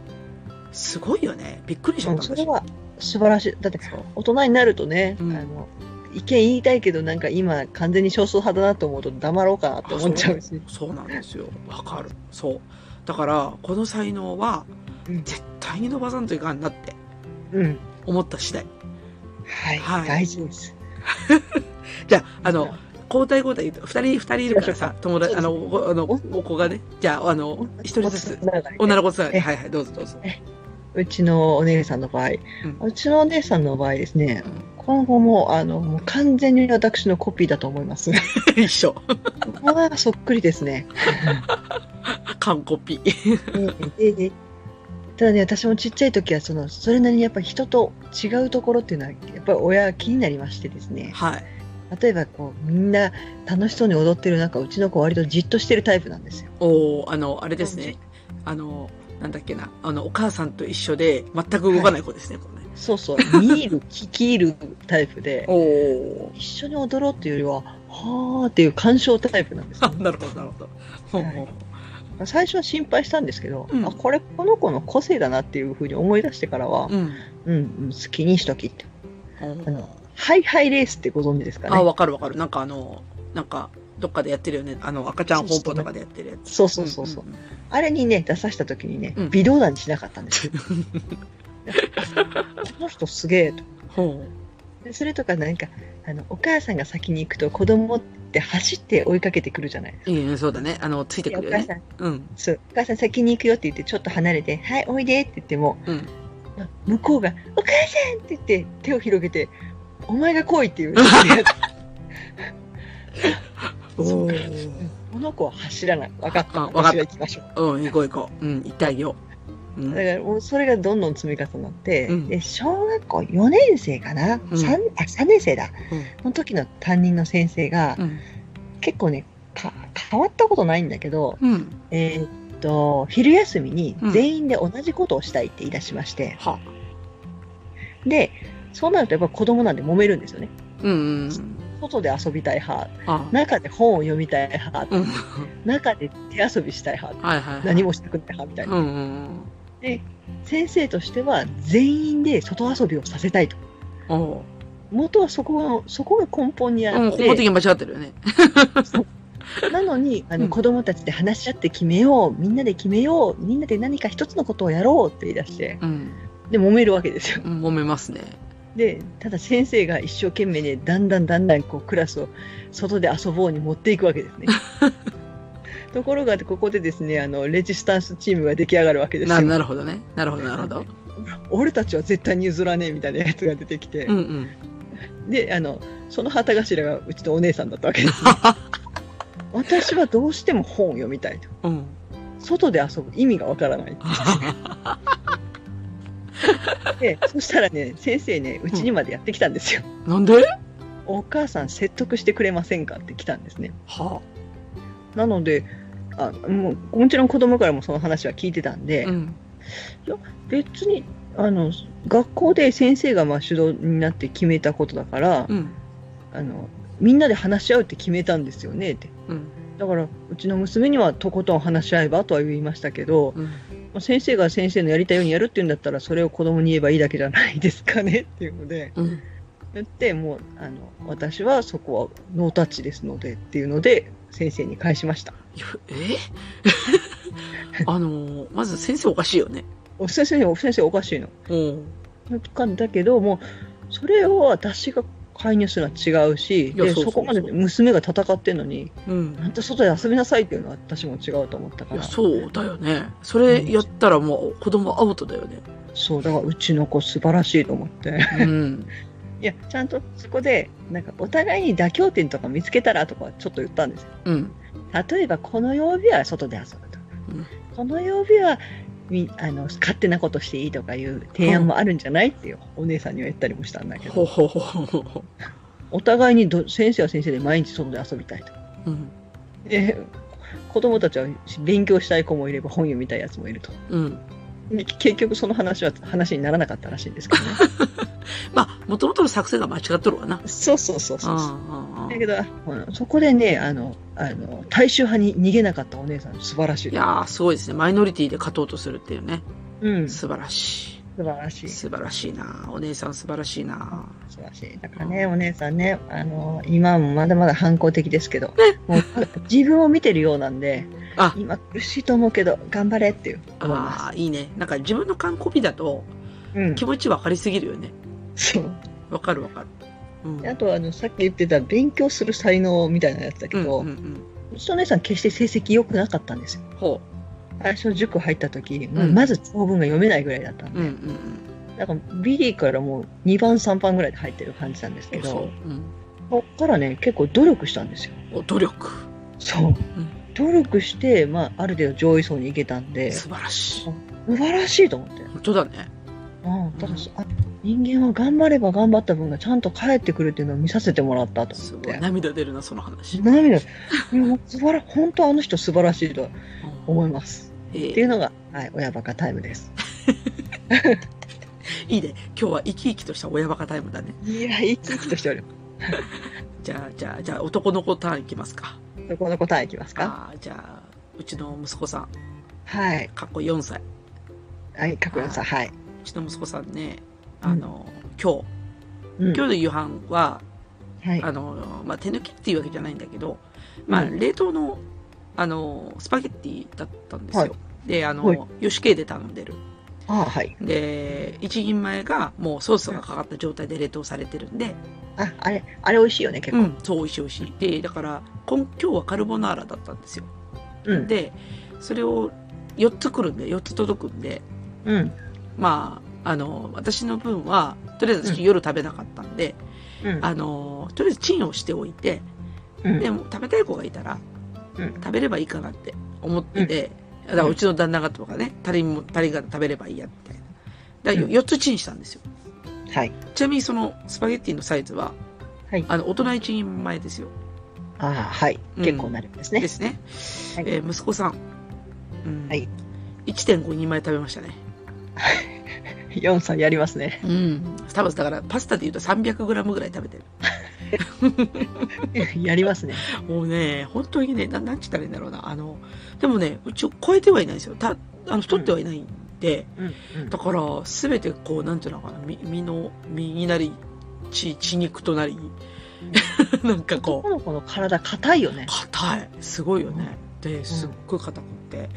B: すごいよね。びっくりしちゃ
C: う
B: っ
C: ん
B: た
C: そ
B: 私
C: れは素晴らしい。だって、
B: そう
C: 大人になるとね、
B: うん
C: あの意見言いたいけどなんか今完全に少数派だなと思うと黙ろうかなって思っちゃうし
B: そうなんですよ。わかる。そう。だから、この才能は
C: うん、
B: 絶対に伸ばさんといかんなって
C: うん
B: 思った次第。
C: はい、
B: はい
C: 大事です
B: じゃあ、あの、交代交代言うと、二人、二人いるから
C: *laughs*
B: さ、友達、あの、おあの
C: お
B: お子がね、じゃあ、あの、一人ずつ、
C: お
B: 女の子つながり
C: え
B: はいはい、どうぞどうぞ。 *laughs*
C: うちのお姉さんの場合、
B: うん
C: うちのお姉さんの場合ですね
B: うん
C: 今後もあのもう完全に私のコピーだと思
B: *laughs*
C: います
B: 一緒。
C: ああそっくりですね、
B: 完コピ。
C: ででただね私もちっちゃい時はそのそれなりにやっぱ人と違うところっていうのはやっぱり親気になりましてですね、
B: *laughs* はい。
C: 例えばこうみんな楽しそうに踊ってる中うちの子割とじっとしてるタイプなんですよ。
B: おおあの、あれですね。あの、なんだっけな。あの、お母さんと一緒で、全く動かない子ですね、これね。
C: そうそう
B: *laughs*
C: 見入る聞き入るタイプで
B: お
C: 一緒に踊ろうっていうよりははあっていう鑑賞タイプなんですよ
B: *laughs* あ、なるほど、なるほど。ほうほう
C: 最初は心配したんですけど、
B: うん
C: あこれこの子の個性だなっていうふうに思い出してからは、
B: うん。
C: うんうん、好きにしときって
B: うん
C: あのハイハイレースってご存知ですか
B: あ、
C: ね
B: わかるわかる。なんかあの、なんか、どっかでやってるよね。あの、赤ちゃん本舗とかでやってるやつ。
C: そうそうそうそう、
B: んん
C: あれにね出させた時にね、
B: うん
C: 微動だにしなかった
B: *laughs*
C: んですよこの人すげえと
B: ほ
C: でそれとかなんかあのお母さんが先に行くと子供って走って追いかけてくるじゃないです
B: う。いいね、そうだね。あの、ついて
C: か。
B: く
C: で
B: る
C: お
B: よ
C: 母
B: ね。
C: さん
B: うん。
C: そうお母さん先に行くよって言ってちょっと離れて「はいおいで」って言っても
B: うん。
C: 向こうが「お母さん!」って言って手を広げて「お前が来い」
B: *laughs*
C: っていう
B: おー
C: この子は走らない分かった
B: あ分かった
C: 私が行きましょう
B: うん、行こう行こう。うん、行ってあげよう。う
C: だ
B: ん。
C: からもうそれがどんどん積み重なって、
B: うん
C: で小学校4年生かな、
B: うん
C: 三あ3年生だの時の担任の先生が、
B: うん。
C: 結構ねか変わったことないんだけど、
B: うん。
C: えーっと昼休みに
B: うん
C: 全員で同じことをしたいって言い出しまして、
B: は。
C: でそうなるとやっぱ子供なんで揉めるんですよね
B: うんうん。
C: 外で遊びたい派
B: あ。
C: 中で本を読みたい派、
B: うん。 *laughs*
C: 中で手遊びしたい派
B: はいはいはい。
C: 何もしたくない派みたいな、
B: うんうん
C: 先生としては全員で外遊びをさせたいと
B: うん。おー
C: 元はそこのそこが根本にあ
B: うん、
C: っ
B: ここ
C: て、
B: 的に間違ってるよね。
C: なのにあ
B: う
C: の
B: ん
C: 子供たちで話し合って決めようみんなで決めようみんなで何か一つのことをやろうって言い出して
B: うん。
C: で揉めるわけですよ
B: うん揉めますね。
C: でただ先生が一生懸命ねだんだんだんだんこうクラスを外で遊ぼうに持っていくわけです
B: *laughs*
C: ねところがここでですねあのレジスタンスチームが出来上がるわけです
B: な
C: よ
B: なるほどね。なるほど、なるほど。
C: 俺たちは絶対に譲らねえみたいなやつが出てきて、
B: うんうん。
C: であのその旗頭がうちのお姉さんだったわけです、
B: *laughs*
C: ね、私はどうしても本を読みたいと
B: うん。
C: 外で遊ぶ意味がわからない
B: *laughs*
C: でそしたらね先生ねうちにまでやってきたんですよ、
B: なんで
C: お母さん説得してくれませんかって来たんですね
B: は
C: なのであもうもちろん子供からもその話は聞いてたんで、
B: うん。
C: 別にあの学校で先生がまあ主導になって決めたことだから、
B: うん。
C: あのみんなで話し合うって決めたんですよねって
B: うん。
C: だからうちの娘にはとことん話し合えばとは言いましたけど
B: うん。
C: まあ先生が先生のやりたいようにやるって言うんだったらそれを子供に言えばいいだけじゃないですかねっていうので
B: うん。
C: 言ってもうあの私はそこはノータッチですのでっていうので先生に返しました
B: いやえ *laughs* あのー、まず先生おかしいよね。
C: お先生お先生おかしいの
B: うん。
C: だけどもうそれを私が介入するのは違うし
B: いや
C: で
B: そうそうそう
C: そこまで娘が戦ってんのに
B: うん。
C: あんた外で遊びなさいっていうのは私も違うと思った
B: い
C: か
B: や、
C: ら
B: そうだよね。それやったらもう子供アウトだよね。
C: そうだからうちの子素晴らしいと思って。
B: うん。
C: いや、ちゃんとそこで、なんかお互いに妥協点とか見つけたらとかはちょっと言ったんですよ。
B: うん。
C: 例えば、この曜日は外で遊ぶとか、
B: うん
C: この曜日はみあの勝手なことしていいとかいう提案もあるんじゃないっていうお姉さんには言ったりもしたんだけ
B: ほう
C: ど
B: ほうほうほうほ
C: お互いにど先生は先生で毎日外で遊びたいと
B: う。うん。
C: で子供たちは勉強したい子もいれば本読みたいやつもいると
B: うん。
C: で結局その話は話にならなかったらしいんですけどね
B: *laughs* まあ、もともとの作戦が間違っとるわな。
C: そうそうそうそうそう
B: ああ
C: だけどあのそこでねあのあの大衆派に逃げなかったお姉さん素晴らしい
B: いやー、すごいですね。マイノリティで勝とうとするっていうね。
C: うん、素
B: 素晴らし
C: 晴らしい
B: い。素晴らしいな。お姉さん素晴らしいな。
C: 素晴らしい。だからね、お姉さんね、あの、今もまだまだ反抗的ですけど、もう自分を見てるようなんで、
B: あ
C: 今苦しいと思うけど、頑張れっていう思います。
B: ああ、いいね。なんか自分の完コピだと
C: うん
B: 気。持ち分かりすぎるよね。
C: そう。
B: わかるわかる。うん。
C: であと、あの、さっき言ってた勉強する才能みたいなやつだけど、う
B: うんうん
C: ちのお姉さん決して成績良くなかったんですよ。
B: うん。ほ
C: 最初塾入った時、もう
B: うん
C: まず長文が読めないぐらいだった
B: う。
C: んで、
B: うんうん
C: だからビリーからもう2番3番ぐらいで入ってる感じなんです
B: う
C: け
B: ん。そう
C: ど、。
B: うん。
C: こっからね、結構努力したんですよ。
B: お努力。
C: そう、
B: ん
C: 努力して、まあ、ある程度上位層に行けたんで素
B: 素晴らしい。
C: 晴らしいと思って、
B: 本当だね。
C: うん、だからそあ人間は頑張れば頑張った分がちゃんと返ってくるっていうのを見させてもらったと
B: す
C: 思っ
B: ごい。
C: て
B: 涙出るな、その話。
C: 涙もう素晴ら *laughs* 本当あの人素晴らしいと思います
B: え
C: ってい
B: ー
C: うのが、はい、親バカタイムです
B: いいね。今日は生き生きとした親バカタイムだね。
C: いや生き生きとしておりま
B: じゃあ、じゃあ、じゃあ、男の子ターンいきますか。
C: すこの答えいきますか
B: ああ、じゃあ、うちの息子さん、
C: はい
B: かっこ4歳。
C: はいかっこよさはい、
B: うちの息子さんね、あの、今日、
C: う
B: 今
C: ん
B: 日の夕飯は、
C: はい
B: あの、まあ、手抜きっていうわけじゃないんだけど、まあ、
C: うん
B: 冷凍の、あの、スパゲッティだったんですよ。
C: はい
B: で、あの、
C: はい
B: 吉系で頼んでる。
C: あはい
B: で、一人前がもうソースがかかった状態で冷凍されてるんで、
C: ああれあれ美味しいよね結
B: う
C: 構、
B: ん、そう美味しい美味しい。で、だから、今今日はカルボナーラだったんですよ。
C: うん
B: で、それを4つ来るんで、4つ届くんで、
C: うん
B: まあ、あの、私の分は、とりあえず私夜食べなかったんで、
C: うん
B: あの、とりあえずチンをしておいて、
C: うん
B: でも食べたい子がいたら、
C: うん
B: 食べればいいかなって思ってて、だからうちの旦那がとかね、足りんも足りんが食べればいいや、みたいな。だから
C: うん
B: 4つチンしたんですよ。
C: はい
B: ちなみにそのスパゲッティのサイズは、
C: はい
B: あの、大人1人前ですよ。
C: ああはい、
B: うん
C: 結構なるんです
B: で
C: ね。
B: すね。
C: はい
B: えー息子さん。うん
C: はい
B: 1.5人前食べましたね。
C: 4歳やりますね。 *laughs*
B: うん。多分だからパスタで言うと 300g ぐらい食べてる。
C: やりますね。
B: もうね、本当にね、ななんちったらいいんだろうな。あの、でもね、うちを超えてはいないんですよ。た、あの、太ってはいないんで、
C: うん
B: だから、すべてこう、なんていうのかな、み、身の、身になり、血、血肉となり、 *laughs* なんかこう、
C: 男の子の体硬いよね。
B: 硬い。すごいよね。で、すっごい硬くって。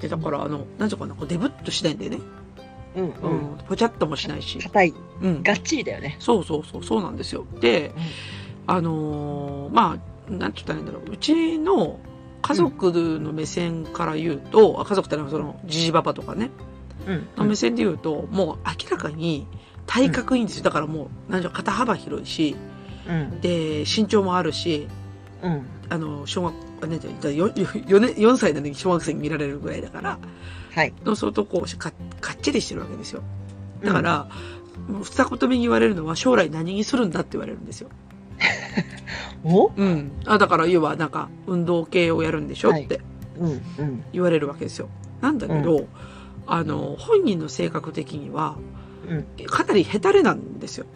B: で、だから、あの、なんていうのかな、こう、デブっとしないんだよね。
C: うん
B: う。ん。ぽちゃっともしないし。
C: 硬い。
B: うん。
C: がっちりだよね。
B: そうそうそう、そうなんですよ。で、あのーまあ、なんて言ったらいいんだろう。うちの家族の目線から言うと、あ家族ってのはその、じじばばとかね、
C: うん
B: の目線で言うと、もう明らかに体格いいんですよ。だからもう、なんていうの肩幅広いし、
C: うん。
B: で、身長もあるし、
C: うん。
B: あの、小学、あね、4, 年4歳なのに小学生に見られるぐらいだから、
C: はい。
B: のそうするとこう、かかっちりしてるわけですよ。だか、ら、もう二言目に言われるのは将来何にするんだって言われるんですよ。
C: お
B: うん。あ、だから、要は、なんか、運動系をやるんでしょ
C: はい
B: って
C: うんうん
B: 言われるわけですよ。なんだけど、あの、本人の性格的には、
C: うん。
B: かなりヘタレなんですよ。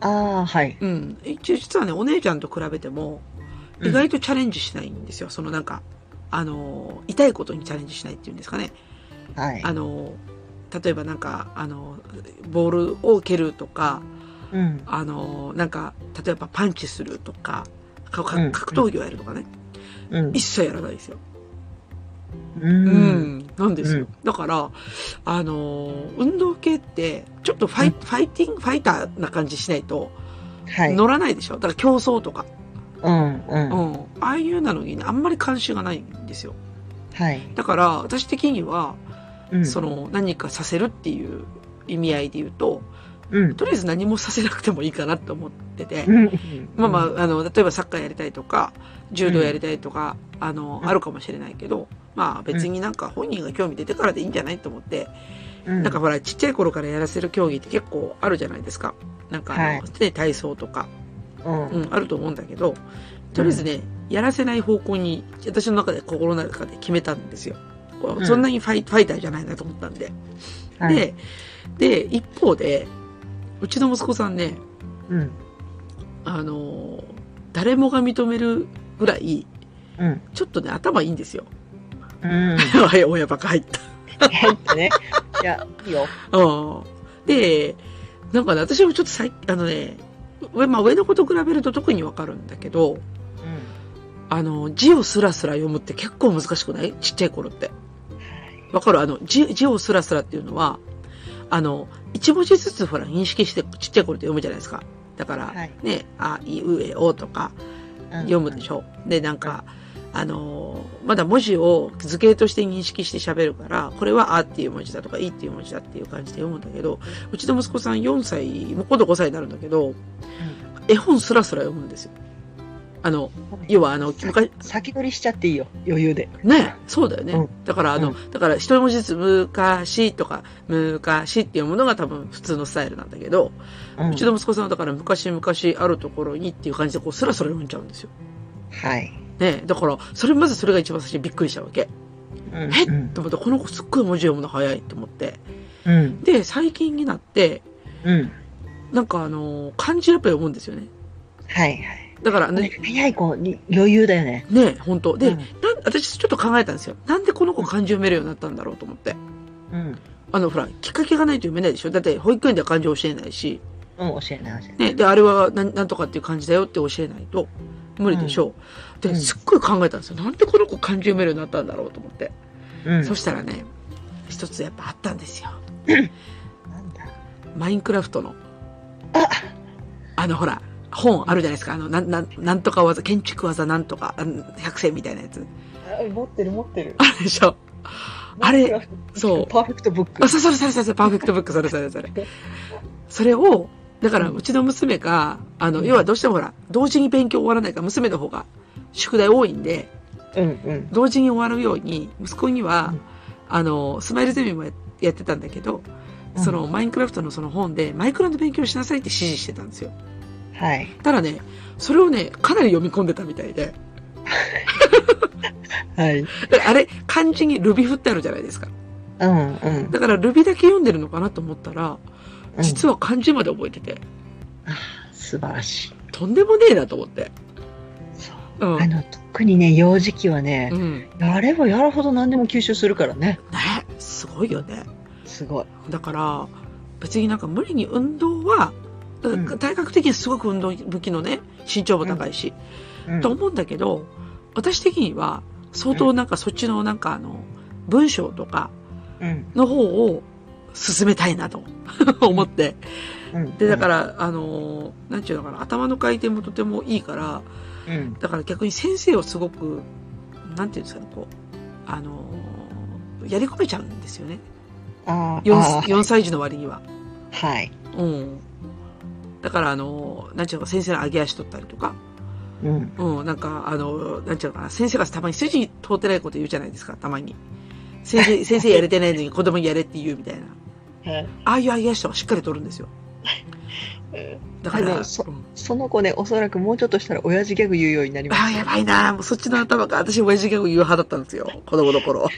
C: ああ、はい。
B: うん。一応実はね、お姉ちゃんと比べても、
C: うん
B: 意外とチャレンジしないんですよ。そのなんか、あの、痛いことにチャレンジしないっていうんですかね。
C: はい。
B: あの、例えばなんか、あの、ボールを蹴るとか、
C: うん。
B: あの、なんか、例えばパンチするとか、かか
C: うん
B: 格闘技をやるとかね。
C: うん。
B: 一切やらないですよ。
C: う。
B: うんん、なんですよ。
C: うん
B: だから、あのー運動系って、ちょっとファイ、ファイティング、ファイターな感じしないと、
C: はい。
B: 乗らないでしょ、だから競争とか。
C: うんう。
B: うんん。ああいうなのにね、あんまり関心がないんですよ。
C: はい。
B: だから、私的には、
C: うん。
B: その、何かさせるっていう意味合いで言うと、
C: うん。
B: とりあえず何もさせなくてもいいかなと思ってて
C: う。ん。
B: まあまあ、あの、例えばサッカーやりたいとか、柔道やりたいとか、あの、あるかもしれないけど、まあ別になんか本人が興味出てからでいいんじゃないと思って、
C: うん
B: なんかほら、ちっちゃい頃からやらせる競技って結構あるじゃないですか。なんかあの、
C: はい
B: ね体操とか、
C: うん
B: うん、あると思うんだけど、とりあえずね、やらせない方向に、私の中で心の中で決めたんですよ。こう
C: うん
B: そんなにファイ,、ファイターじゃないなと思ったんで。
C: はい
B: で、で、一方で、うちの息子さんね、
C: うん
B: あのー、誰もが認めるぐらい、
C: うん
B: ちょっとね、頭いいんですよ。 *laughs*
C: うん
B: はい、親バカ入った。
C: 入ったねいやいいよ
B: うん。で、なんかね、私もちょっとさい、あのね、上、まあ上の子と比べると特にわかるんだけど、あの、字をスラスラ読むって結構難しくないちっちゃい頃って。わかるあの、字、字をスラスラっていうのは、あの、一文字ずつほら認識してちっちゃい頃って読むじゃないですか。だから、
C: はい
B: ね、あ、いうえおとか、
C: うん
B: 読むでしょ。で、なんか、あのーまだ文字を図形として認識して喋るから、これはあっていう文字だとか、いいっていう文字だっていう感じで読むんだけど、うちの息子さん4歳、もう今度5歳になるんだけど、絵本すらすら読むんですよ。あの、要はあの、
C: さ
B: 昔、
C: 先取りしちゃっていいよ余裕で
B: ね、そうだよね。
C: う
B: だからあの、
C: う
B: だから一文字ずつ昔とか、昔っていうものが多分普通のスタイルなんだけど、うち
C: の
B: の息子さんはだから昔々あるところにっていう感じでこうすらすら読んじゃうんですよ。
C: はい
B: ねだから、それまずそれが一番最初にびっくりしたわけ。
C: うん
B: え
C: うん
B: と思って、この子すっごい文字読むの早いと思って。
C: うん
B: で、最近になって、
C: うん
B: なんかあのー、漢字やっぱ読むんですよね。
C: はいはい
B: だから、ね、
C: 早い子に余裕だよね
B: ね本当で、
C: うん
B: なん、私ちょっと考えたんですよ。なんでこの子漢字読めるようになったんだろうと思って。
C: うん
B: あの、ほら、きっかけがないと読めないでしょだって、保育園では漢字教えないし、
C: うん教えない教えない
B: ね、で、あれはなんなんとかっていう感じだよって教えないと、無理でしょう。
C: うん
B: で、すっごい考えたんですよ。なんでこの子漢字読めるようになったんだろうと思って。
C: うん
B: そしたらね、一つやっぱあったんですよ。
C: なんだ
B: マインクラフトの、
C: あ
B: あのほら、本あるじゃないですか。あの、なん、なん、なんとか技、建築技なんとか、あの百選みたいなやつ。
C: あ持ってる持ってる
B: あるでしょ。あれ、そう
C: パーフェクトブック
B: あ、そう、それ、それ、それ、それパーフェクトブック、それ、それ、それ。それを、だから、うちの娘が、あの、要はどうしてもほら、同時に勉強終わらないから、娘の方が、宿題多いんで、
C: うんうん
B: 同時に終わるように、息子には
C: うん、
B: あの、スマイルゼミもややってたんだけど、その、マインクラフトのその本で、マイクラの勉強しなさいって指示してたんですよ。
C: はい
B: ただね、それをね、かなり読み込んでたみたいで。
C: はいうん
B: だからあれ、漢字にルビ振ってあるじゃないですか。
C: うん
B: だからルビだけ読んでるのかなと思ったら、実は漢字まで覚えてて、
C: 素晴らしい
B: とんでもねえなと思って。
C: そう
B: うん。
C: あの特にね幼児期はね
B: う、ん。ね
C: やればやるほど何でも吸収するからね
B: すごいよね。
C: すごい
B: だから、別になんか無理に運動は、だから
C: うん
B: 体格的にすごく運動向きのね、身長も高いし、
C: うん
B: と思うんだけど、私的には、相当なんかそっちのなんかあの、文章とか
C: うん
B: の方を進めたいなと思って、
C: うん
B: で、だから、あのー、なんちゅうのかな、頭の回転もとてもいいから、
C: うん
B: だから逆に先生をすごく、なんていうんですかね、こう、あのー、やり込めちゃうんですよね。
C: あー
B: 4,
C: あー
B: 4歳児の割には。
C: はい
B: うん。だから、あのー、なんちゅうのか、先生の上げ足取ったりとか、
C: うん
B: うん、なんか、あのー、なんちゅうのかな、先生がたまに筋通ってないこと言うじゃないですか、たまに。先
C: *laughs*
B: 生、先生やれてないのに子供にやれって言うみたいな。
C: はい
B: ああいう上げ足とかしっかり取るん
C: *laughs*
B: ですよ。だか
C: あ
B: ら、
C: のそ
B: うん
C: その子ねおそらくもうちょっとしたら親父ギャグ言うようになりま
B: ああ、
C: す
B: やばいな。もうそっちの頭が、私、親父ギャグ言う派だったんですよ。子供の頃。 *laughs*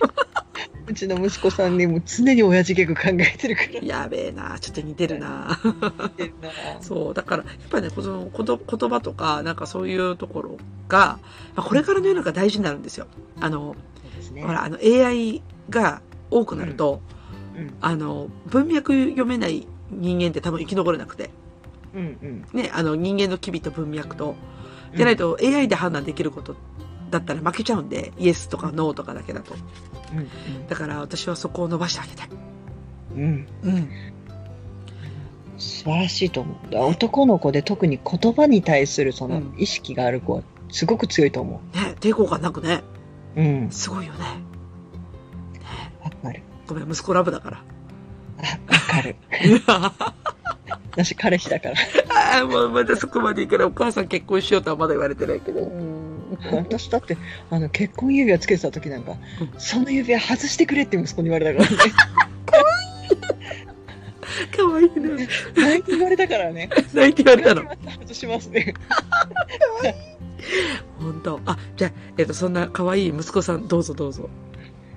C: うちの息子さんねもう常に親父ギャグ考えて
B: *laughs*
C: るから
B: やべえな。ちょっと似てるな。
C: 言ってんな
B: そう。だから、やっぱりね、このこと言葉とか、なんかそういうところが、まあこれからの世の中大事になるんですよ。あの、
C: そうですね
B: ほら、あの、AI が多くなると、
C: うん
B: あの、文脈読めない人間って多分生き残れなくて。
C: うんうん
B: ね、あの、人間の機微と文脈と、じゃないと AI で判断できることだったら負けちゃうんで、イエスとかノーとかだけだと。
C: うん
B: だから私はそこを伸ばしてあげたい。
C: うんうん
B: うん。
C: 素晴らしいと思う男の子で特に言葉に対するそうの
B: ん
C: 意識がある子はすごく強いと思
B: ね、抵抗感なくね。
C: ううん
B: すごいよね。ね
C: わかる
B: ごめん、息子ラブだから。
C: あわ
B: *laughs*
C: かる
B: あ
C: 私彼氏だから
B: あ、もうまだそこまでいいから、お母さん結婚しようとはまだ言われてないけど。うん
C: 私だってあの結婚指輪つけてた時なんか、
B: うん
C: その指輪外してくれって息子に言われ
B: *laughs*
C: たからね
B: かわいいね。
C: 泣いて言われたから
B: *laughs*
C: ね
B: 泣いて言われたの。
C: 外しますね
B: 本当。あ、じゃあ、えっと、そんな可愛い息子さん、どうぞどうぞ。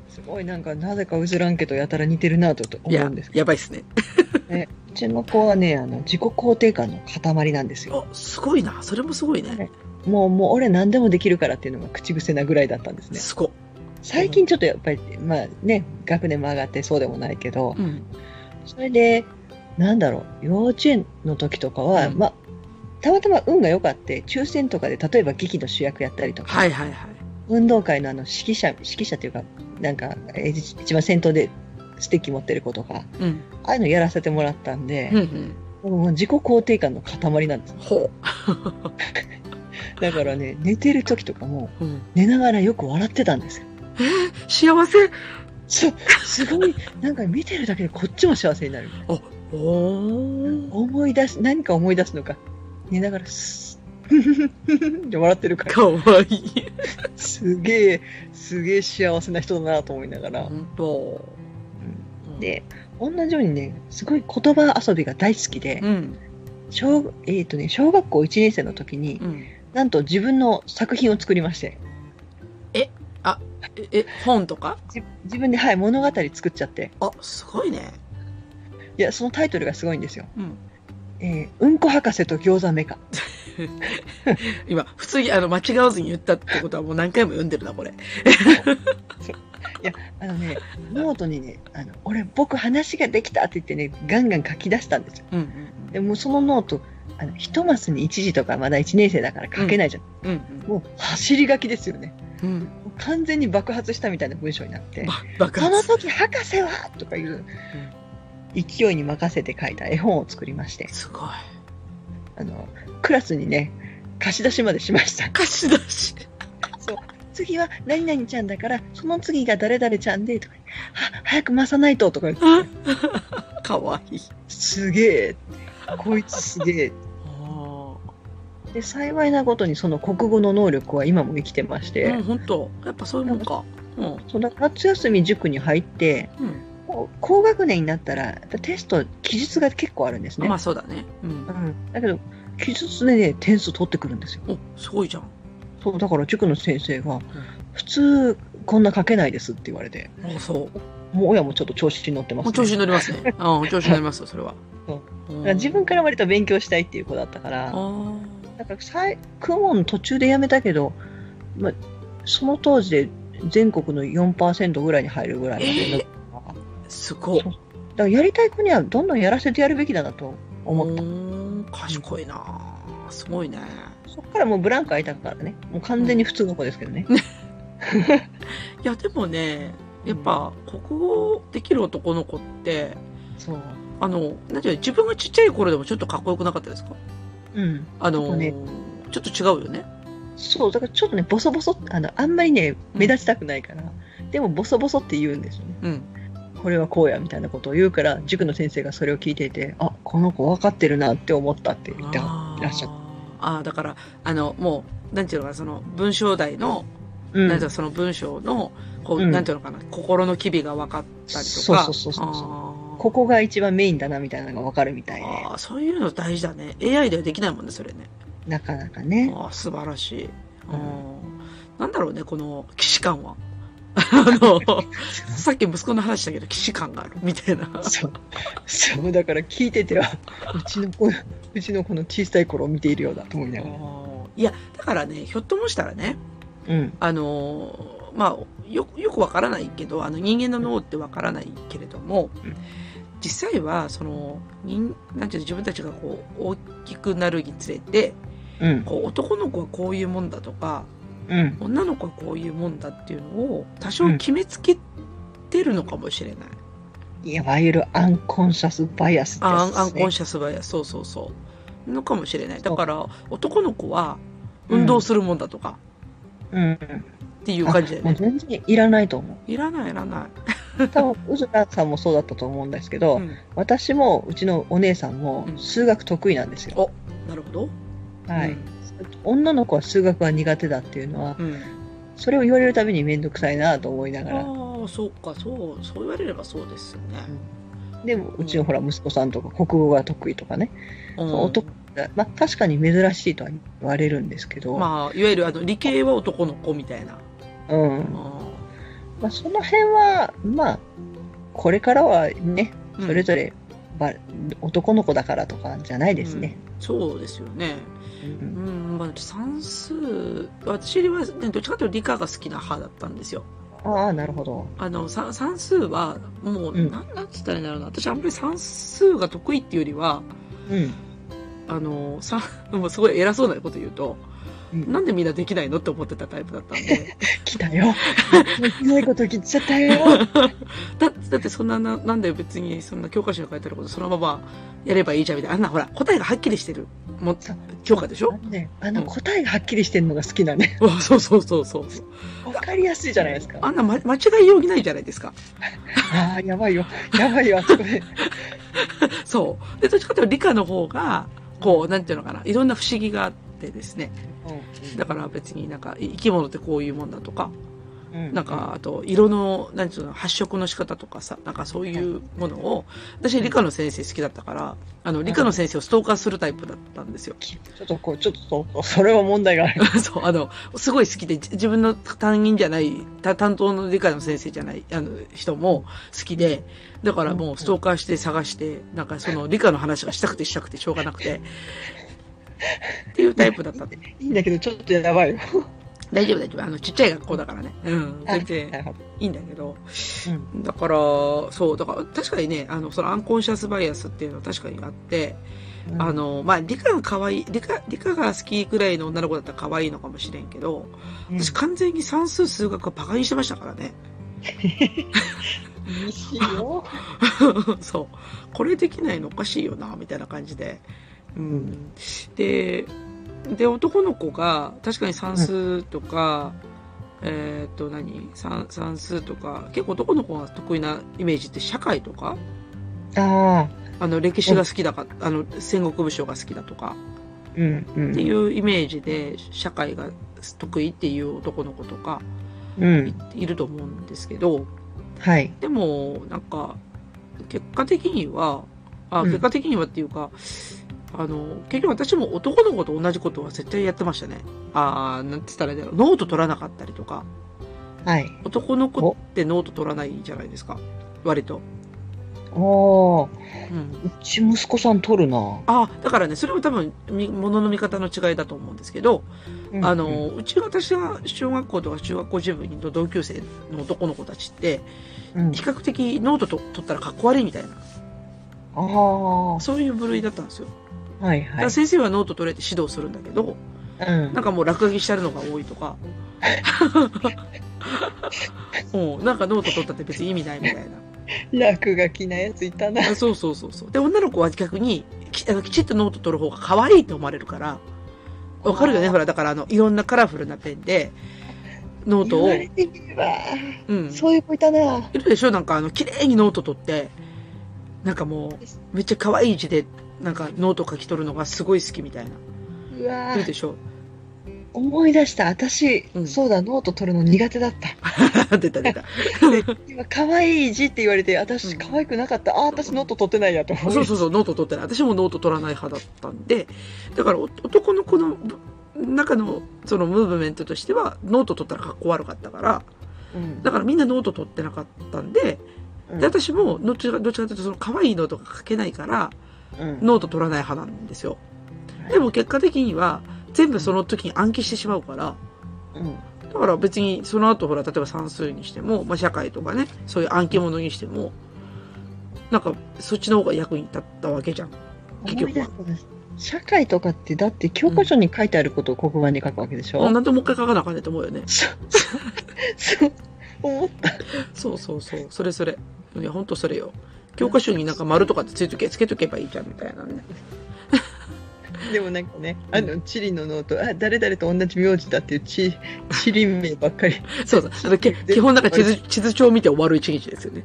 C: すごいなんかなぜかウズランケとやたら似てるなと
B: い
C: 思う
B: や
C: んです、け
B: やばいっすね。
C: どうちの子はねあの自己肯定感の塊なんですよ
B: お、すごいな。それもすごいね。
C: もうもう俺何でもできるからっていうのが口癖なぐらいだったんですね
B: すご。
C: 最近ちょっとやっぱりまあね学年も上がってそうでもないけど、
B: うん。
C: それで、なんだろう、幼稚園の時とかは、
B: うん
C: まあ、たまたま運が良かって、抽選とかで、例えば劇の主役やったりとか、
B: はいはいはい。
C: 運動会のあの指揮者、指揮者というか、なんか、えー一一番先頭でステッキ持ってる子とか、
B: うん。
C: ああいうのやらせてもらったんで
B: うん、うん。
C: もう自己肯定感の塊なんです。
B: ほ
C: だからね、寝てる時とかも、
B: う。うん。
C: 寝ながらよく笑ってたんですよ。
B: 幸せ。
C: そう、すごい、なんか見てるだけでこっちも幸せになる。
B: おお。
C: 思い出す何か思い出すのか寝ながらスッって笑ってるから
B: かわいい。
C: すげえすげえ幸せな人だなと思いながら
B: 本当。
C: で同じようにねすごい言葉遊びが大好きで
B: うん。
C: 小,、えーとね、小学校1年生の時に
B: うん。
C: なんと自分の作品を作りまして
B: え、え、本とか
C: じ自分で、はい、物語作っちゃって
B: あ、すごいね。
C: いやそのタイトルがすごいんですよ
B: うん。
C: 「えーうんこ博士と餃子メカ
B: 今、普通にあの間違わずに言ったってことはもう何回も読んでるな、これ。」
C: あ
B: *laughs*
C: のねノートにねあの「俺僕話ができた」って言ってねガンガン書き出したんですよ
B: うん
C: でもうそのノートあの一マスに一字とかまだ1年生だから書けないじゃん、
B: うん。うん
C: もう走り書きですよね
B: うん。うん。
C: もう完全に爆発したみたいな文章になって
B: ば、爆
C: その
B: 発。
C: 時博士はとかいう勢いに任せて書いた絵本を作りまして
B: すごい。
C: あのクラスにね貸し出しまでしました
B: 貸し出 *laughs* し。
C: そう次は何々ちゃんだからその次が誰々ちゃんでとかは早く回さないととか言って
B: かわいい。
C: すげえこいつすげえ
B: あ
C: で幸いなことにその国語の能力は今も生きてまして、
B: あ。うん、本当。やっぱそういうもんか。うん。
C: そうだから夏休み塾に入って
B: うん。
C: こう高学年になったらやっぱテスト記述が結構あるんですね、
B: まあそうだね。うん
C: う。ん、だけど記述でね点数取ってくるんですよ
B: お、すごいじゃん。
C: そうだから塾の先生が「普通こんな書けないです」って言われて
B: あそう。
C: もう親もちょっと調子に乗ってます、
B: も
C: ね、
B: う調子
C: だ
B: に乗ります *laughs* ね。うん、調子に乗りますよ、それは。うん
C: から自分から割と勉強したいっていう子だったか
B: あ
C: ら
B: ー
C: だからさい公文途中でやめたけど、まあ、その当時で全国の4%ぐらいに入るぐらいまでだったから、だか
B: すごい。
C: らやりたい子にはどんどんやらせてやるべきだなと思った
B: うーん賢いなすごいね。
C: そっからもうブランク空いたからね、もう完全に普通の子ですけどね。
B: いや、でもね、 *laughs* やっぱ、国語できる男の子って、
C: そう。
B: あの、なんていうの自分がちっちゃい頃でもちょっとかっこよくなかったですか
C: うん。
B: あのー
C: そうね
B: ちょっと違うよね。
C: そう、だからちょっとね、ボソボソってあの、あんまりね、目立ちたくないから、でもボソボソって言うんですよね。
B: うん。
C: これはこうやみたいなことを言うから、塾の先生がそれを聞いていて、あ、この子分かってるなって思ったって言っては
B: あー
C: いらっしゃっ
B: あーだから、あの、もう、なんていうのかな、その、文章題の、
C: う
B: なんて
C: ん
B: いうのその文章の、こう、
C: うん
B: なんていうのかな、心の機微が分かったりと
C: そう
B: か。
C: そうそうそう
B: あー
C: ここが一番メインだなみたいなのが分かるみたいで、
B: あーそういうの大事だね。AI ではできないもんね、それね。
C: なかなかね。
B: ああ、素晴らしい。あ
C: う
B: ーなんだろうね、この、騎士感は。あ
C: *laughs*
B: の、さっき息子の話だけど、騎士感がある、みたいな。
C: そう。そう、だから聞いてては、うちの子、うちの子の小さい頃を見ているようだと思いながら。
B: いや、だからね、ひょっともしたらね、
C: うん。
B: あのーまあ、よ、よくわからないけど、あの人間の脳ってわからないけれども
C: うん、
B: 実際は、その、人、なんていうの、自分たちがこう、大きくなるにつれて、
C: うん。
B: こう、男の子はこういうもんだとか、
C: うん。
B: 女の子はこういうもんだっていうのを、多少決めつけてるのかもしれない。
C: いわゆるアンコンシャスバイアスです、ね。
B: あアンアンコンシャスバイアスそうそうそう。のかもしれない。だから、男の子は、運動するもんだとか、
C: うん。
B: っていう感じで
C: もう
B: ね。
C: 全然いらないと思
B: いらない、いらない。
C: う。多分、うずらさんもそうだったと思うんですけど、
B: うん
C: 私もうちのお姉さんも
B: うん
C: 数学得意なんですよ。
B: なるほど。
C: は
B: う
C: い
B: ん。
C: 女の子は数学が苦手だっていうのは
B: うん。
C: それを言われるたびに面倒くさいなと思いながら
B: ああ、そうか、そう、そう言われればそうですよね。
C: でもうちのほら息子さんとか国語が得意とかね、
B: うん
C: 男がまあ、確かに珍しいとは言われるんですけど、
B: まあ、いわゆるあの理系は男の子みたいな。
C: うんまあ、その辺はまあこれからはね
B: うん
C: それぞれば、男の子だからとかじゃないですね。
B: うんそうですよね。
C: うん
B: うん、まあ、算数、私は、ね、どっちかというと理科が好きな派だったんですよ。
C: ああ、なるほど。
B: あの、さ算数は、もう、
C: うん
B: なん、なんつったらいいんだろうな。私あんまり算数が得意っていうよりは、
C: うん。
B: あの、さ、もうすごい偉そうなこと言うと、
C: うん
B: なんでみんなできないのって思ってたタイプだったん
C: *laughs*
B: で。
C: 来
B: *laughs*
C: たよ。できないこと言っちゃったよ。
B: だだってそんなな、なんで別にそんな教科書に書いてあることそのままやればいいじゃんみたいな。あんなほら、答えがはっきりしてる。もう
C: そう
B: 教科でしょ
C: ね、あの答えがはっきりしてるのが好きなね。
B: わ *laughs* そうそうそうそう。
C: わかりやすいじゃないですか。
B: あんな、ま、間違いようにないじゃないですか。
C: ああ、やばいよ。やばいよ、あそこで。
B: そう。で、どっちかというと理科の方が、こう、なんていうのかな。いろんな不思議があってですね。だから別になんか、生き物ってこういうもんだとか、
C: うん
B: なん、か、あと、色の、なんていうの、発色の仕方とかさ、なんかそういうものを、私理科の先生好きだったから、あの、理科の先生をストーカーするタイプだったんですよ。
C: ちょっとこう、ちょっとそう、それは問題がある。
B: *laughs* そう、あの、すごい好きで、じ自分の担任じゃない、た担当の理科の先生じゃない、あの、人も好きで、だからもうストーカーして探して、なんかその理科の話がしたくてしたくてしょうがなくて、っていうタイプだった。
C: いいんだけど、ちょっとやばいよ。
B: 大丈夫大丈夫。あの、ちっちゃい学校だからね。うん、全然
C: なるほど
B: いいんだけど。
C: うん
B: だから、そう、だから確かにね、あの、そのアンコンシャスバイアスっていうのは確かにあって、
C: うん
B: あの、まあ、理科が可愛い、理科、理科が好きくらいの女の子だったら可愛いのかもしれんけど、
C: うん
B: 私完全に算数数学はバカにしてましたからね。
C: いいよ。
B: *laughs* そう。これできないのおかしいよな、みたいな感じで。うん。で、で、男の子が確かに算数とか、えーっと何、算算数とか、結構男の子が得意なイメージって社会とか、
C: ああ、
B: あの歴史が好きだか、あの戦国武将が好きだとか
C: うん、う
B: って
C: ん。
B: いうイメージで社会が得意っていう男の子とか
C: うん。
B: いると思うんですけど、
C: はい。
B: でも、なんか、結果的には、あ、
C: うん
B: 結果的にはっていうか、あの、結局私も男の子と同じことは絶対やってましたね。あーなんつったらいいんだろう。ノート取らなかったりとか、
C: はい。
B: 男の子ってノート取らないじゃないですか。割と。
C: おー、
B: うん。
C: うち息子さん取るな。
B: あだからね、それは多分、みものの見方の違いだと思うんですけど、あ
C: うん、
B: の、うち私が小学校とか中学校時部の同級生の男の子たちって、
C: うん
B: 比較的ノートと取ったらかっこ悪いみたいな、
C: ああ、は
B: そういう部類だったんですよ。
C: い
B: だ
C: は
B: か
C: い
B: ら。先生はノート取れて指導するんだけど、
C: うん
B: なんかもう落書きしてあるのが多いとか、うん、なんかノート取ったって別に意味ないみたいな。
C: 落書きなやついたな。
B: あそうそうそうそう。で、女の子は逆にきあのきちっとノート取る方が可愛いって思われるから、わかるよね
C: あー
B: ほら、だからあの、いろんなカラフルなペンで、ノートを、
C: てみれば、
B: うん。
C: ういう子いたな。
B: いるでしょなんかあの、綺麗にノート取って、なんかもう、めっちゃ可愛い字で、なんかノート書き取るのがすごい好きみたいな。
C: うわ
B: いるでしょ *laughs*
C: 思い出した。私、
B: うん
C: そうだ、ノート取るの苦手だった。
B: 出た出た。
C: 今、可愛い字って言われて、私、
B: うん
C: 可愛くなかった。あ、私、ノート取ってないやと思
B: そうそうそう、ノート取ってない。私もノート取らない派だったんで、だからお男の子のぶ中のそのムーブメントとしては、ノート取ったら格好悪かったから、
C: うん。
B: だからみんなノート取ってなかったんで、
C: うん
B: で私もどっちかどっちかというとその可愛いノートが書けないから、
C: うん
B: ノート取らない派なんですよ。でも結果的には、全部その時に暗記してしまうから、
C: うん
B: だから別にその後ほら、例えば算数にしても、まあ社会とかね、そういう暗記物にしても、なんかそっちの方が役に立ったわけじゃん。結
C: 思
B: 局
C: い出
B: は
C: し。たです。社会とかって、だって教科書に書いてあることを黒板に書くわけでしょ、
B: なんでもう一回書かなあかんねんと思うよね。
C: そう、そう、思った。
B: そうそうそう。それそれ。いや、ほんとそれよ。教科書になんか丸とかってついとけ、つけとけばいいじゃん、みたいなね。
C: *laughs* でもなんかね、あの、地理のノート、あ、誰々と同じ名字だっていう *laughs* 地、地理名ばっかり。
B: そうそう。あの、け基本なんか地図、地図帳見て終わる一日ですよね。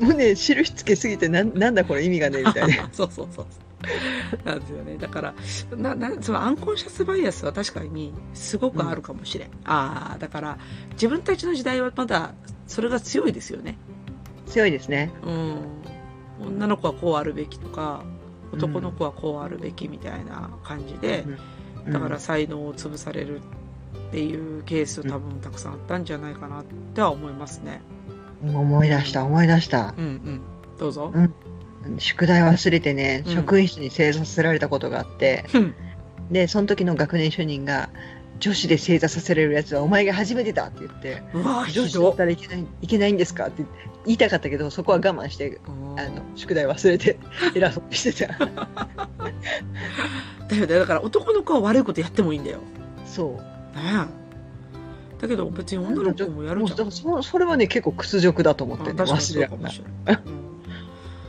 C: もうね、印つけすぎてなん、なんだこれ意味がね、みたいな。
B: そうそうそう。 *laughs* なんですよね。だから、な、な、そのアンコンシャスバイアスは確かにすごくあるかもしれん。ああ、だから、自分たちの時代はまだ、それが強いですよね。
C: *laughs* 強いですね。
B: うん。女の子はこうあるべきとか、男の子はこうあるべきみたいな感じで、
C: うん
B: だから才能を潰されるっていうケース多分たくさんあったんじゃないかなっては思いますね。
C: 思い出した思い出した。
B: うんうん。どうぞ。
C: 宿題忘れてね、
B: うん
C: 職員室に正座させられたことがあって、
B: うん
C: でその時の学年主任が女子で正座させられるやつはお前が初めてだって言って
B: うわひ
C: 女子だ
B: ど
C: ったらいけないいけないんですかって言いたかったけどそこは我慢して
B: うん
C: あの宿題忘れて偉そうにしてた *laughs*
B: だよね。だから男の子は悪いことやってもいいんだよ。
C: そう
B: ねえだけど別に女の子もやるじゃん。
C: もうそそれはね結構屈辱だと思
B: あ
C: っ
B: 確
C: て、ね、
B: かに
C: 忘
B: そう
C: れ
B: か
C: られ
B: も
C: ない
B: しれない。うん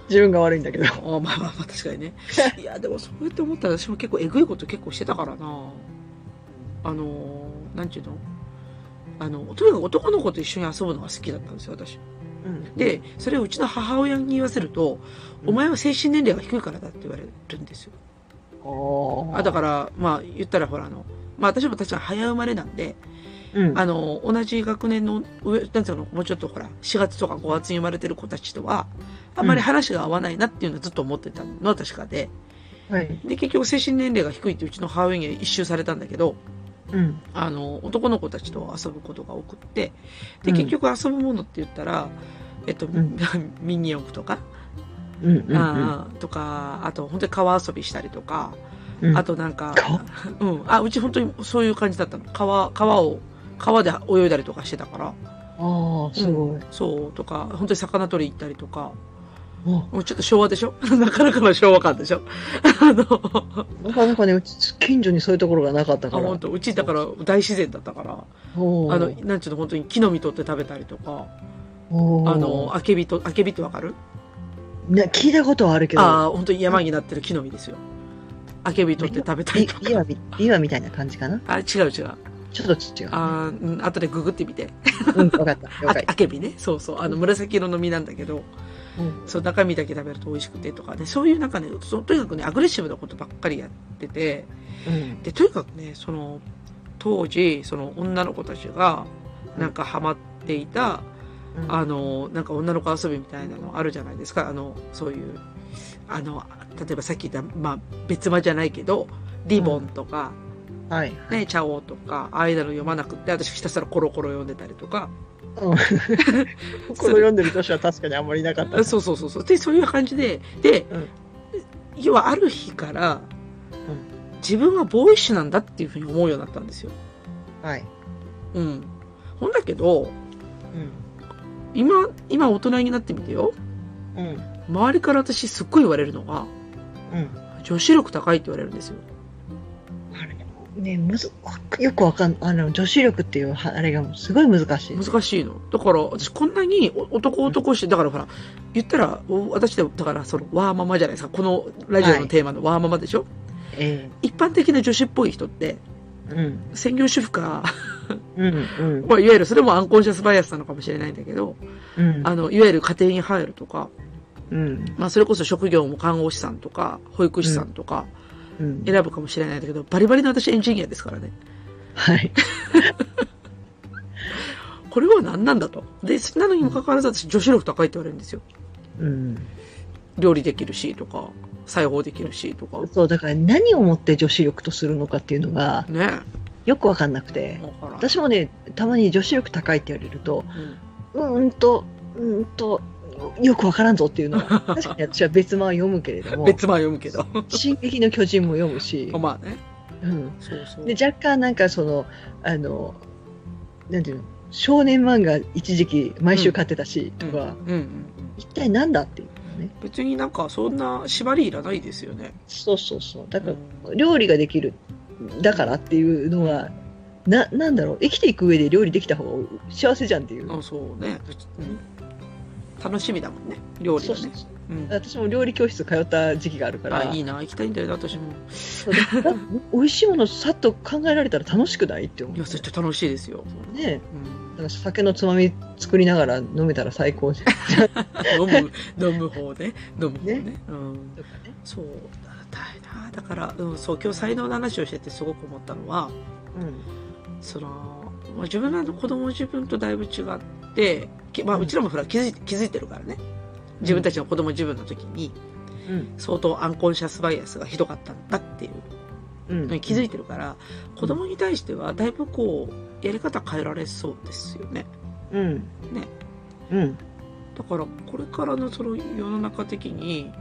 C: 自分が悪いんだけど
B: あまあまあまあ確かに *laughs* ねいやでもそうやって思ったら私も結構えぐいこと結構してたからなあのーなんていうのあのとにかく男の子と一緒に遊ぶのが好きだったんですよ私でそれをうちの母親に言わせると、
C: うん
B: お前は精神年齢が低いからだって言われるんですよ
C: おー
B: あだからまあ言ったらほらあのまあ私も確かに早生まれなんで、
C: うん
B: あの、同じ学年の上、なんつうの、もうちょっとほら、4月とか5月に生まれてる子たちとは、あんまり話が合わないなっていうのはずっと思ってたのは確かで、
C: はい
B: で、結局精神年齢が低いってうちの母親には一周されたんだけど、
C: うん
B: あの、男の子たちと遊ぶことが多くって、で、
C: うん
B: 結局遊ぶものって言ったら、えっと、
C: うん
B: *laughs* ミニ四駆とか、
C: うんうんうん
B: あーとか、あと本当に川遊びしたりとか、
C: うん
B: あとなんか
C: 川、
B: うん、あ、うち本当にそういう感じだったの。川、川を、川で泳いだりとかしてたから、
C: ああすごい、
B: そう、とか、本当に魚取り行ったりとか、
C: あ
B: もうちょっと昭和でしょ *laughs* なかなかの昭和感でしょ *laughs* あの、
C: なかなかねうち近所にそういうところがなかった
B: あ、
C: から
B: 本当うちだから大自然だったから、
C: おー
B: あの、なんちゅうの、本当に木の実取って食べたりとか、
C: おー
B: あの、あけびと、あけびってわかる
C: ね、聞いたことはあるけど
B: ああ、本当に山になってる木の実ですよ。あけび取って食べたり
C: い
B: とか。
C: 今み今みたいな感じかな
B: あ、違う違う。
C: ちょっと違う
B: あーうん、後でググってみて。
C: うん分かった
B: *laughs*
C: 了
B: あ
C: 解
B: あけびね。そうそう。あの、紫色の実なんだけど、
C: うん
B: そう、中身だけ食べると美味しくてとかね。そういうなんかね、そうとにかくね、アグレッシブなことばっかりやってて、
C: うん
B: でとにかくねその当時その女の子たちがなんかハマっていた、
C: うん
B: あのなんか女の子遊びみたいなのあるじゃないですかあのそういうあの例えばさっき言った、まあ、別間じゃないけどリボンとか、
C: はい
B: ね、茶王とか、ああいうの読まなくって、私ひたすらコロコロ読んでたりとか、
C: これ読んでる年は確かにあんまりいなかった
B: そうそうそうそう。で、そういう感じで、で、
C: うん
B: 要はある日から、
C: ん
B: 自分はボーイッシュなんだっていうふうに思うようになったんですよ。
C: はい
B: うん。ほんだけど、
C: うん
B: 今、今大人になってみてよ。
C: うん
B: 周りから私すっごい言われるのが、
C: うん
B: 女子力高いって言われるんですよ。
C: あれねむずよくわかんあの女子力っていうはあれがすごい難しい
B: 難しいの。だから、私こんなにお男男して、だからほら、言ったら、お私でも、だからその、ワーママじゃないですか。このラジオのテーマのワーママでしょ、
C: え
B: 一般的な女子っぽい人って、
C: えうん
B: 専業主婦か、
C: うん
B: まあ、いわゆるそれもアンコンシャスバイアスなのかもしれないんだけど、
C: うん
B: あの、いわゆる家庭に入るとか、
C: うん
B: まあ、それこそ職業も看護師さんとか、保育士さんとか、
C: うん
B: 選ぶかもしれないんだけど、バリバリの私エンジニアですからね。
C: はい
B: これは何なんだと。で、なのにもかかわらず私女子力高いって言われるんですよ。
C: うん
B: 料理できるしとか、裁縫できるしとか。
C: そうだから何をもって女子力とするのかっていうのが
B: ね
C: よくわかんなくて
B: え。わからん。
C: 私もねたまに女子力高いって言われると
B: うん
C: うーんとうーんとよくわからんぞっていうのは確かに私は別間を読むけれど
B: *laughs*
C: も
B: 別前読むけど。、
C: 「進撃の巨人」も読むし
B: まあね。
C: うん、
B: そうそう。
C: で若干なんかそのあのなんていうの少年漫画一時期毎週買ってたし、
B: うん
C: とか、
B: うんうん。
C: 一体なんだっていうね
B: 別になんかそんな縛りいらないですよね。
C: そうそうそうだか
B: うん
C: ら料理ができるだからっていうのはななんだろう生きていく上で料理できた方が幸せじゃんっていう。
B: あそうね、うん楽しみだもんね料理
C: そう
B: が
C: そう
B: ね
C: そ
B: う
C: う
B: ん
C: 私も料理教室通った時期があるから
B: あいいな行きたいんだよな私も
C: そうだだ *laughs* 美味しいものさっと考えられたら楽しくないって思
B: いや
C: う
B: そして楽しいですよ、
C: ね
B: うん
C: だから酒のつまみ作りながら飲めたら最高じゃん
B: *laughs* 飲む飲む方ね飲む方ね
C: ね
B: うん、そうったいなだから、うん、そう今日才能の話をしててすごく思ったのは
C: *laughs* うん
B: そのまあ自分らの子供自分とだいぶ違って、きまあ、
C: うん
B: うちらもほら気づい気づいてるからね自分たちの子供自分の時に
C: うん
B: 相当アンコンシャスバイアスがひどかったんだっていう
C: うん
B: のに気づいてるから、子供に対してはだいぶこうやり方変えられそうですよね
C: うん
B: ね
C: うん
B: だからこれからのその世の中的に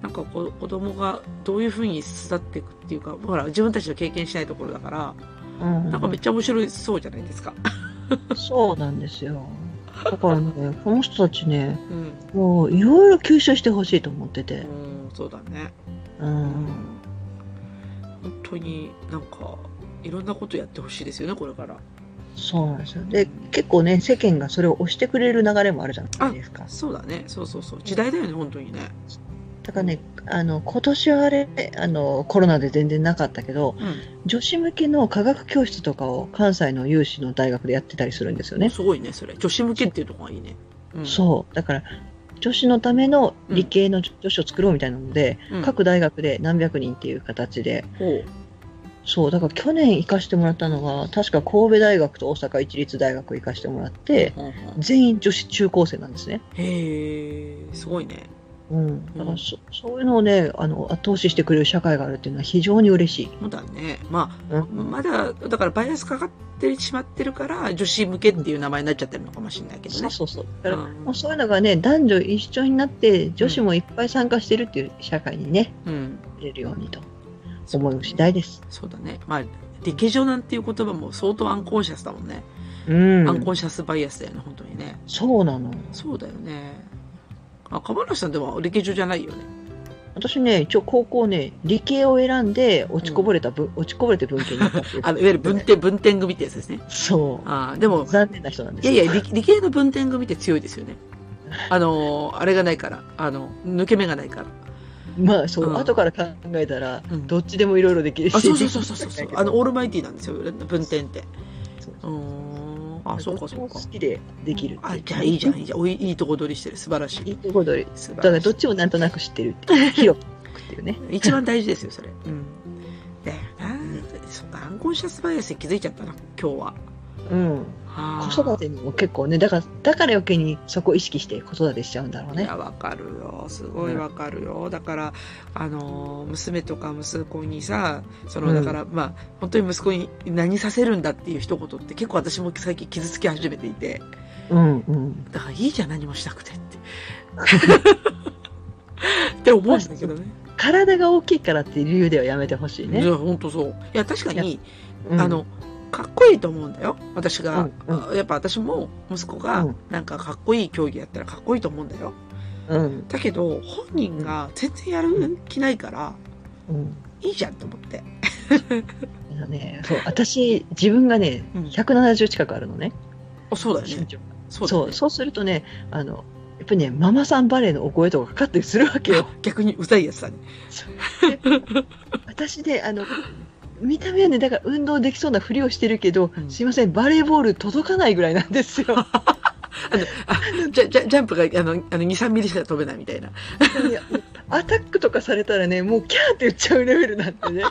B: なんかこう子供がどういうふうに育っていくっていうかほら自分たちの経験しないところだから
C: うん
B: なんかめっちゃ面白いそうじゃないですか。
C: そうなんですよだからね *laughs* この人たちね
B: うん、
C: もういろいろ吸収してほしいと思ってて
B: うんそうだね
C: うん
B: 本当になんかいろんなことやってほしいですよねこれから
C: そうなんですよで結構ね世間がそれを押してくれる流れもあるじゃないですか
B: そうだねそうそうそう時代だよね本当にね
C: だからねあの今年はあれあのコロナで全然なかったけど
B: う
C: 女子向けの科学教室とかを関西の有志の大学でやってたりするんですよ
B: ん
C: ね、
B: すごいねそれ女子向けっていうとこがいいねうん
C: そうだから女子のための理系の女子を作ろうみたいなので、
B: うん
C: 各大学で何百人っていう形で
B: ほ
C: そうだから去年行かしてもらったのが確か神戸大学と大阪一律大学行かしてもらって
B: うほうほう
C: 全員女子中高生なんですね、
B: へえすごいね
C: うん、だからそそういうのをねあの後押ししてくれる社会があるっていうのは非常に嬉しい。
B: そうだねまあ
C: うん
B: まだだからバイアスかかってしまってるから女子向けっていう名前になっちゃってるのかもしれないけど
C: そう
B: ね
C: そうそう。だから、
B: うん
C: もうそういうのがね、男女一緒になって、女子もいっぱい参加してるっていう社会にね、
B: うん
C: 出るようにと思う次第です。
B: そうだねまあ理系上なんていう言葉も相当アンコンシャスだもんね、
C: うん
B: アンコンシャスバイアスだよね本当にね
C: そうなの。
B: そうだよねあ釜梨さんでも理系上じゃないよね
C: 私ね、一応高校ね、理系を選んで、落ちこぼれた文、落ちこぼれて文系になったっていう
B: あのいわゆる文典文典組ってやつですね
C: そう。
B: ああでも
C: 残念な人なんで
B: い
C: す
B: や
C: よ
B: いや理理系の文典組って強いですよねあのーあれがないからあの抜け目がないから
C: まあそう、
B: うん
C: 後から考えたら、
B: うん
C: どっちでもいろいろできるし。
B: あそうそうそうそうそう
C: *laughs*
B: そうあ
C: あ
B: の
C: の、
B: オールマイティなんですよ文典って
C: そう
B: うーんあそうかそうか
C: どっちも好きでできるっていう
B: あじゃあいいじゃんいいじゃんおいいいとこ取りしてる素晴らし
C: い
B: い
C: いとこ取り。
B: 素晴
C: だからら
B: し
C: どっ
B: い
C: ちもなんとなく知ってるっていう。広くっていうね。
B: 一番大事ですよそれうんだよなそっかアンコンシャスバイアスに気づいちゃったな今日は
C: うん。
B: あ
C: 子
B: ー
C: 育てにも結構ねだからだから余計にそこを意識して子育てしちゃうんだろう
B: い
C: ね
B: や、わかるよ。すごいわかるよ。だから、あのー、娘とか息子にさ、その、
C: うん
B: だから、まあ、本当に息子に何させるんだっていう一言って結構私も最近傷つき始めていて、
C: うんうん、
B: だからいいじゃん、何もしたくて *laughs* って。って思うんだけどね。
C: 体が大きいからっていう理由ではやめてほしい
B: い
C: ね、
B: や、本当そう。いや、確かに、
C: うん
B: あの、かっこいいと思うんだよ。私が、
C: うん
B: やっぱ私も息子
C: う
B: が
C: ん
B: なんかかっこいい競技やったらかっこいいと思うんだよ。
C: うん
B: だけど、本人が全然やる気ないから、
C: うん
B: いいじゃんと思って。
C: あのねそう私自分がね
B: うん
C: 170近くあるのね
B: あ、そうだよ
C: 身
B: ね。
C: 長が
B: そうだ
C: そ
B: よ
C: う
B: ね。
C: そうするとねあのやっぱりねママさんバレーのお声とかかかったりするわけ
B: *laughs*
C: よ
B: 逆にうざいやつだね。
C: 私ねあの見た目はねだから運動できそうなふりをしてるけど、
B: うん
C: すいませんバレーボール届かないぐらいなんで
B: *laughs*
C: すよ
B: じゃ、じゃ、ジャンプが、あの、あの、2、3ミリしか飛べないみたいな。
C: いやアタックとかされたらねもうキャーって言っちゃうレベルなんてね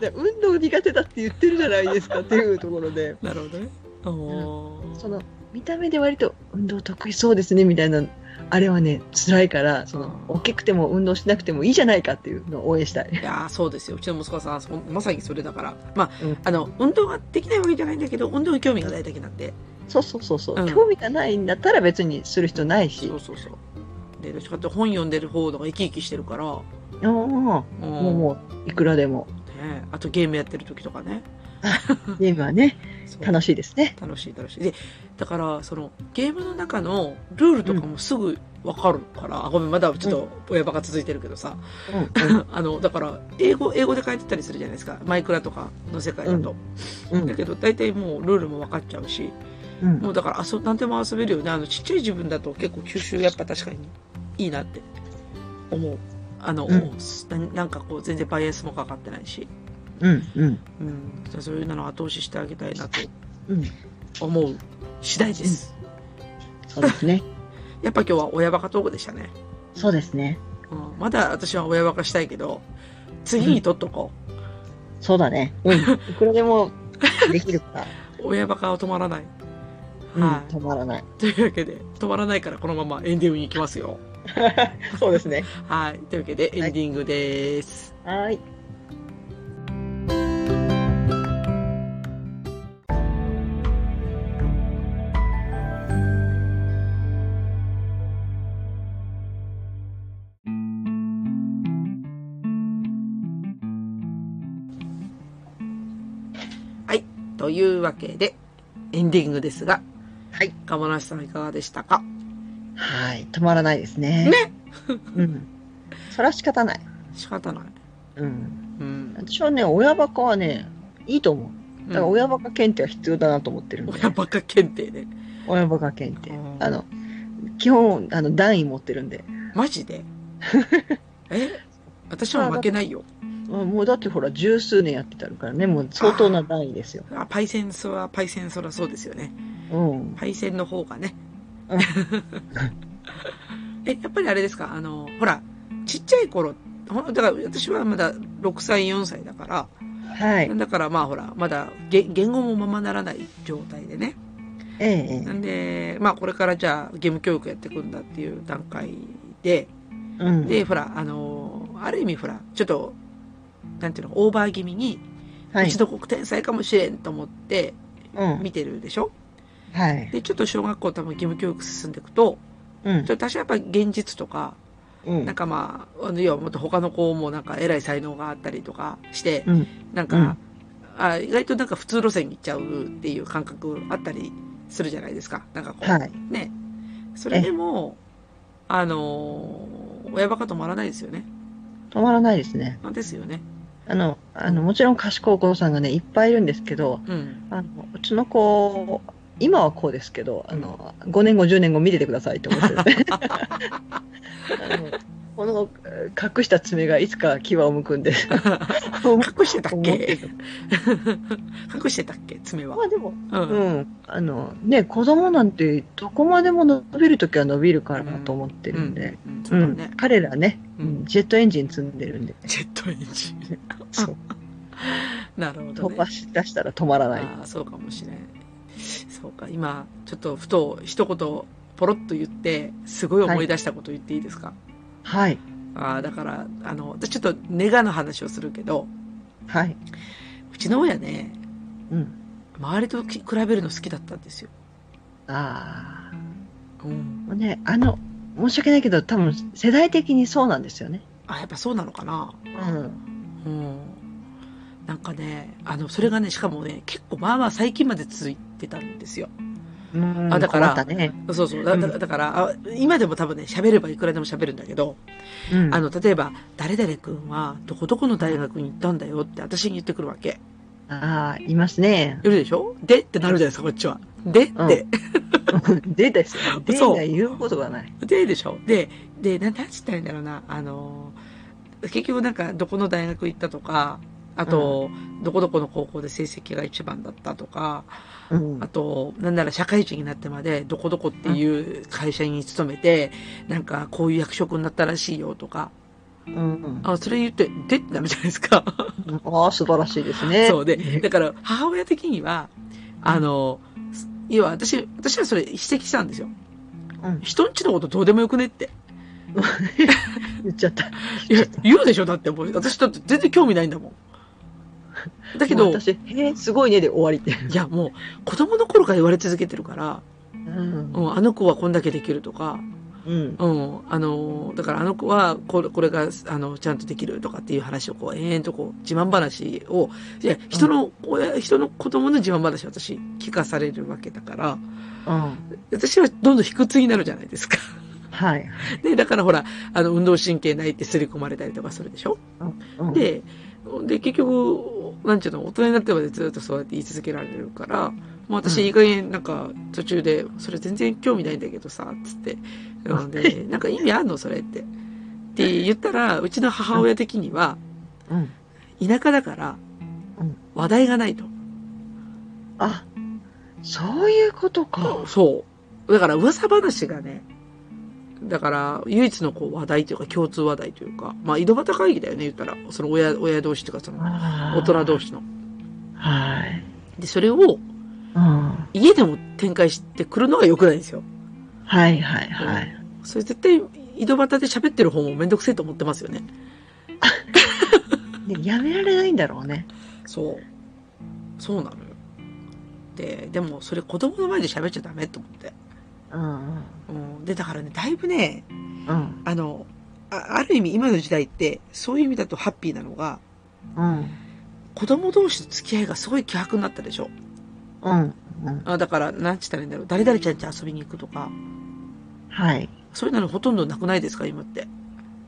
C: で運動苦手だって言ってるじゃないですかっていうところで
B: なるほどね。おー
C: その見た目で割と運動得意そうですねみたいなあれはね辛いからその大きくても運動しなくてもいいじゃないかっていうのを応援したい
B: いやーそうですよ。うちの息子さん、そまさにそれだから。まあ、
C: うん
B: あの、運動ができないわけじゃないんだけど、運動に興味がないだけなんで。
C: そうそうそうそう、
B: うん
C: 興味がないんだったら別にする人ないし
B: そうそうそう。で、どっちかっていうと本読んでる方のが生き生きしてるから。も
C: ああも
B: う、
C: うん
B: ね
C: もういくらでも
B: えあとゲームやってる時とかね。
C: ゲームはね
B: そう
C: 楽しいですね
B: 楽しい楽しいでだからそのゲームの中のルールとかもすぐ分かるから、あごめんまだちょっと親バカ続いてるけどさ、 *laughs*
C: うん
B: あのだから英語英語で書いてたりするじゃないですかマイクラとかの世界だと、
C: うんう
B: だ
C: ん
B: けど大体もうルールも分かっちゃうし
C: うん
B: もうだから遊何でも遊べるよねあのちっちゃい自分だと結構吸収やっぱ確かにいいなって思うあの、
C: うん
B: ななんかこう全然バイアスもかかってないし、
C: うんうん
B: うん、そういうのを後押ししてあげたいなと
C: うん
B: 思う次第です、
C: そうで
B: *laughs*
C: すね
B: やっぱ今日は親バカトークでしたね。
C: そうですね
B: うん、まだ私は親バカしたいけど、次に取っとこ
C: そうだね。うん。いくらでもできる
B: *laughs*
C: から。
B: う。親バカは止まらない。
C: うん、
B: はい
C: 止まらない。
B: というわけで、止まらないからこのままエンディングに行きますよ。
C: そうですね。
B: はい。というわけで、エンディングです。
C: はい。
B: というわけで、エンディングですが、
C: はい。
B: 釜梨さんいかがでしたか
C: はい。止まらないですね。
B: ね。
C: うん。それは仕方ない。
B: 仕方ない。
C: うん。
B: うん。
C: 私はね、親バカはね、いいと思う。だから
B: うん
C: 親バカ検定は必要だなと思ってるんで、
B: 親バカ検定で。
C: 親バカ検定
B: うん。
C: あの、基本、あの、段位持ってるんで。
B: マジ
C: *laughs*
B: でえ私は負けないよ。
C: うんもうだってほら、十数年やってたからね、もう相当な段位ですよ。
B: あパイセンスは、パイセンそらそうですよね。
C: うん。
B: パイセンの方がね
C: う。
B: *laughs* え、やっぱりあれですかあの、ほら、ちっちゃい頃、ほんだから私はまだ6歳、4歳だか
C: は
B: ら、
C: い。
B: だからまあほら、まだげ言語もままならない状態でね。
C: ええ
B: な。んで、まあこれからじゃあゲーム教育やっていくんだっていう段階で、
C: うん。
B: で、ほら、あの、ある意味ほら、ちょっと、なんていうの、オーバー気味に、
C: は
B: う
C: い
B: ち。の国天才かもしれんと思って
C: うん。
B: 見てるでしょ
C: はい。
B: で、ちょっと小学校多分義務教育進んでいくと、
C: うん
B: ちょ。っと私はやっぱ現実とか、
C: うん
B: なんかまあ、あの、要はもっと他の子もなんか偉い才能があったりとかして、
C: うん
B: なんか、あ意外となんか普通路線に行っちゃうっていう感覚あったりするじゃないですか。なんかこう、
C: はい。
B: ね。それでも、あのー親バカ止まらないですよね。
C: 止まらないですね。
B: ですよね。
C: あの、あの、もちろん賢いお子さんがね、いっぱいいるんですけど、
B: うん。 *laughs*
C: あの、うちの子、今はこうですけど、あの、5年後、10年後見ててくださいって思ってるね。あのこのえー隠した爪がいつか牙をむくんで、
B: 隠してたっ
C: 思っ
B: け
C: てる
B: 隠してたっけ爪は
C: ま。あでも、
B: う。
C: うんん。あの、ね、子供なんてどこまでも伸びるときは伸びるからなと思ってるんで、
B: うん。うん、
C: う
B: そうだ
C: ん
B: ね。
C: 彼らね、
B: う
C: うんんジェットエンジン積んでるんで、
B: ジェットエンジン。
C: そう
B: なるほど、
C: 飛
B: ね。
C: ばし出したら止まらない。
B: ああ、そうかもしれん。そうか、今、ちょっとふと一言ポロッと言って、すごい思い出したこと言っていいですか、
C: はい。
B: ああ、だから、あの、私ちょっとネガの話をするけど、
C: はい。
B: うちの親ね、
C: うん。
B: 周りとき比べるの好きだったんですよ。
C: あ
B: うん。
C: あ。もうね、あの、申し訳ないけど、多分世代的にそうなんですよね。
B: あ、やっぱそうなのかな
C: うん。
B: うん。なんかね、あの、それがね、しかもね、結構まあまあ最近まで続いてたんですよ。
C: うん、
B: あだから
C: 困ったね。
B: そうそう。だだだから、あ今でも多分ね、喋ればいくらでも喋るんだけど、
C: うん。
B: あの、例えば、誰々くんは、どこどこの大学に行ったんだよって私に言ってくるわけ。
C: ああ、いますね。 *laughs*
B: いるでしょでってなるじゃないですか、こっちは。で *laughs* って。
C: でですよ。で
B: そう
C: が言うことがない。
B: ででしょで、で、な、なんつったらいいんだろうな。あのー、結局なんか、どこの大学行ったとか、あと、どこどこの高校で成績が一番だったとか、
C: うん
B: あ。と、なんなら社会人になってまで、どこどこっていう会社に勤めて、なんか、こういう役職になったらしいよとか、
C: うん。
B: あ、それ言って、でってなるじゃないですか。
C: ああ、素晴らしいです
B: *laughs*
C: ね。
B: そうで、だから母親的には、あの、要は私、私はそれ指摘したんですよ。
C: うん
B: 人んちのことどうでもよくねって。
C: 言っちゃった。
B: い
C: 言っ
B: や
C: ちゃった
B: 言うでしょだってもう、私だって全然興味ないんだもん。だけ
C: も
B: ど、
C: う
B: い
C: 私、へえ、すごいねで終わりって。
B: やもう、子供の頃から言われ続けてるから、
C: うん
B: うん、あの子はこんだけできるとか、
C: うん。
B: うん、あの、だからあの子はこれ、これが、あの、ちゃんとできるとかっていう話をこう、延々とこう、自慢話を、いや、人の、親人の子供の自慢話を私、聞かされるわけだから、
C: うん。
B: 私はどんどん卑屈になるじゃないですか。
C: はい。
B: *laughs* で、だからほら、あの、運動神経ないって刷り込まれたりとかするでしょ
C: うん、
B: で、で、結局、なんちゅうの、大人になってまでずっとそうやって言い続けられるから、もう私
C: うん
B: 意外になんか途中で、それ全然興味ないんだけどさ、つって。うんで、なんか意味あんのそれって。って言ったら、うちの母親的には、
C: うん。
B: 田舎だから
C: うん、
B: 話題がないと。
C: あ、そういうことか。
B: そう。だから噂話がね、だから、唯一のこう話題というか、共通話題というか、まあ、井戸端会議だよね、言ったら。その親、親同士というか、その、
C: 大
B: 大人同士の。
C: はい。
B: で、それを
C: うん。
B: 家でも展開してくるのが良くないんですよ。
C: はいはいはい。
B: それ絶対、井戸端で喋ってる方もめんどくせえと思ってますよね。
C: でやめられないんだろうね。
B: そう。そうなのよ。で、でも、それ子供の前で喋っちゃダメと思って。
C: うんうん。
B: うん。で、だからね、だいぶね、
C: うん。
B: あの、あある意味今の時代って、そういう意味だとハッピーなのが、
C: うん。
B: 子供同士の付き合いがすごい希薄になったでしょ。
C: うん。うん。
B: あだから、なんつったらいいんだろう。誰々ちゃんち遊びに行くとか、
C: はい。
B: そういうのほとんどなくないですか、今って。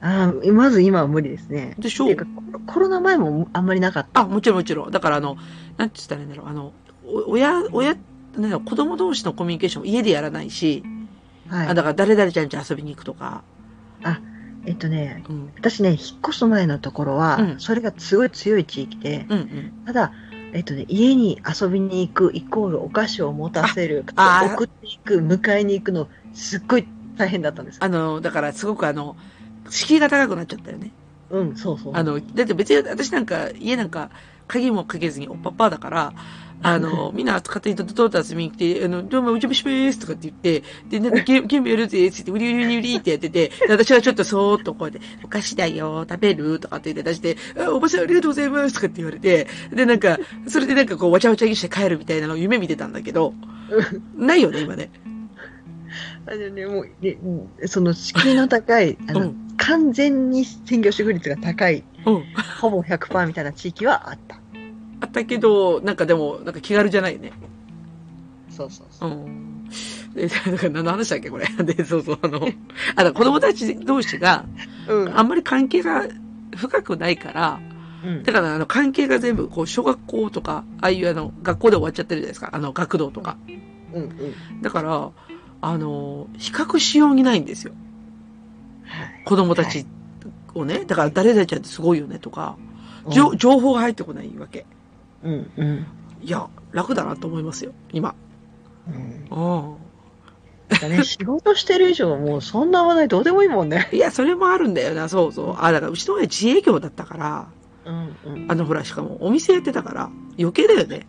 C: ああ、まず今は無理ですね。
B: でしょ
C: ていうか、コロコロナ前もあんまりなかった。
B: あ、もちろんもちろん。だから、あの、なんつったらいいんだろう。あの、お親、親、なんだろう子供同士のコミュニケーションを家でやらないし、
C: は
B: あだ
C: い。
B: から誰々ちゃんち遊びに行くとか、
C: えっとね、
B: うん、
C: 私ね、引っ越す前のところは、
B: うん
C: それがすごい強い地域で、
B: うん、うん。
C: ただ、えっとね、家に遊びに行くイコールお菓子を持たせる、
B: ああ
C: 送っていく、迎えに行くの、すっごい大変だったんですよ
B: あの、だから、すごくあの、敷居が高くなっちゃったよね。
C: うん、そうそう。
B: あの、だって別に私なんか、家なんか、鍵もかけずにおっぱっぱだから、あの、みんな使ってどどうと遊びに来て、あの、どうも、うちもしますとかって言って、で、なん *laughs* かゲーム、ゲームやるぜ、つって、ウリウリウリウリってやってて、で私はちょっとそーっとこうやって、お菓子だよ、食べるとかって言って出して、あ、おばさんありがとうございますとかって言われて、で、なんか、それでなんかこう、わちゃわちゃにして帰るみたいなのを夢見てたんだけど、ないよね、今ね。
C: あのね、もう、ね、うんその敷居の高い、あ
B: う
C: の、
B: ん。
C: 完全に専業主婦率が高い、
B: うん。
C: ほぼ100%みたいな地域はあった。
B: あったけど、なんかでも、なんか気軽じゃないよね。
C: そうそうそう。
B: うん。で、なんか何の話だっけ、これ。 *laughs* で、そうそう、あの、あの子供たち同士が
C: うん。
B: あんまり関係が深くないから、
C: うん
B: だからあの関係が全部、こう、小学校とか、ああいうあの、学校で終わっちゃってるじゃないですか、あの、学童とか。
C: うんうん。
B: だから、あの、比較しようにないんですよ。
C: はい
B: 子供たちをね。だから誰々ちゃんってすごいよねとか、じょ情報が入ってこないわけ。
C: うんうん。
B: いや、楽だなと思いますよ、今。
C: うん
B: うん。
C: だね、仕事してる以上、もうそんな話題どうでもいいもんね。
B: いや、それもあるんだよな、そうそう。あ、だから、うちの親自営業だったから、
C: うんうん
B: あのほら、しかもお店やってたから、余計だよね。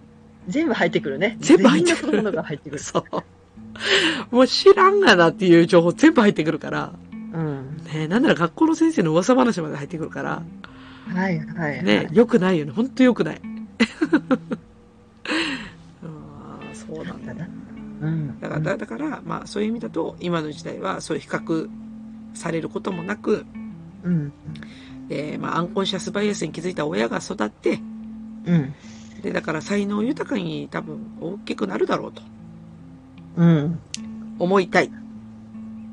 C: 全部入ってくるね。
B: 全部入ってくる
C: 全員のものが入ってくる。
B: そう。もう知らんがなっていう情報全部入ってくるから、
C: うん。
B: ねなんなら学校の先生の噂話まで入ってくるから、
C: はいはい。
B: ね良くないよね。ほんと良く
C: *laughs*
B: ない。あーそうなんだね。
C: うん。
B: だから、だだから、まあそういう意味だと、今の時代はそういう比較されることもなく、
C: うん。
B: えーまあアンコンシャスバイアスに気づいた親が育って、
C: うん。
B: で、だから才能豊かに多分大きくなるだろうと
C: うん。
B: 思いたい。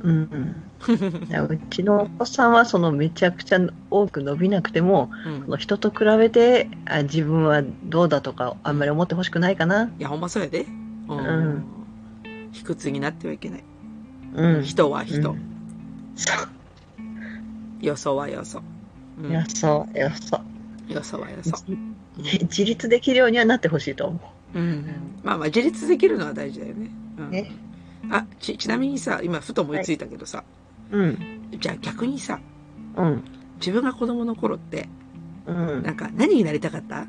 C: うん。
B: *laughs*
C: うちのお子さんは、そのめちゃくちゃ多く伸びなくても、
B: うん
C: その人と比べてあ自分はどうだとか、あんまり思ってほしくないかな。
B: いや、ほんまそうやで。う
C: うん。
B: 卑屈になってはいけない。
C: うん。
B: 人は人。
C: うんそう。
B: よそはよそ。うん。
C: よそう、よそう。
B: よそはよそ。
C: じ自立できるようにはなってほしいと思
B: うんうん。まあまあ、自立できるのは大事だよね。うん。
C: う。ね。
B: あ、ち、ちなみにさ、今、ふと思いついたけどさ、
C: うん。
B: じゃあ逆にさ、
C: うん。
B: 自分が子供の頃って、
C: うん。
B: なんか何になりたかった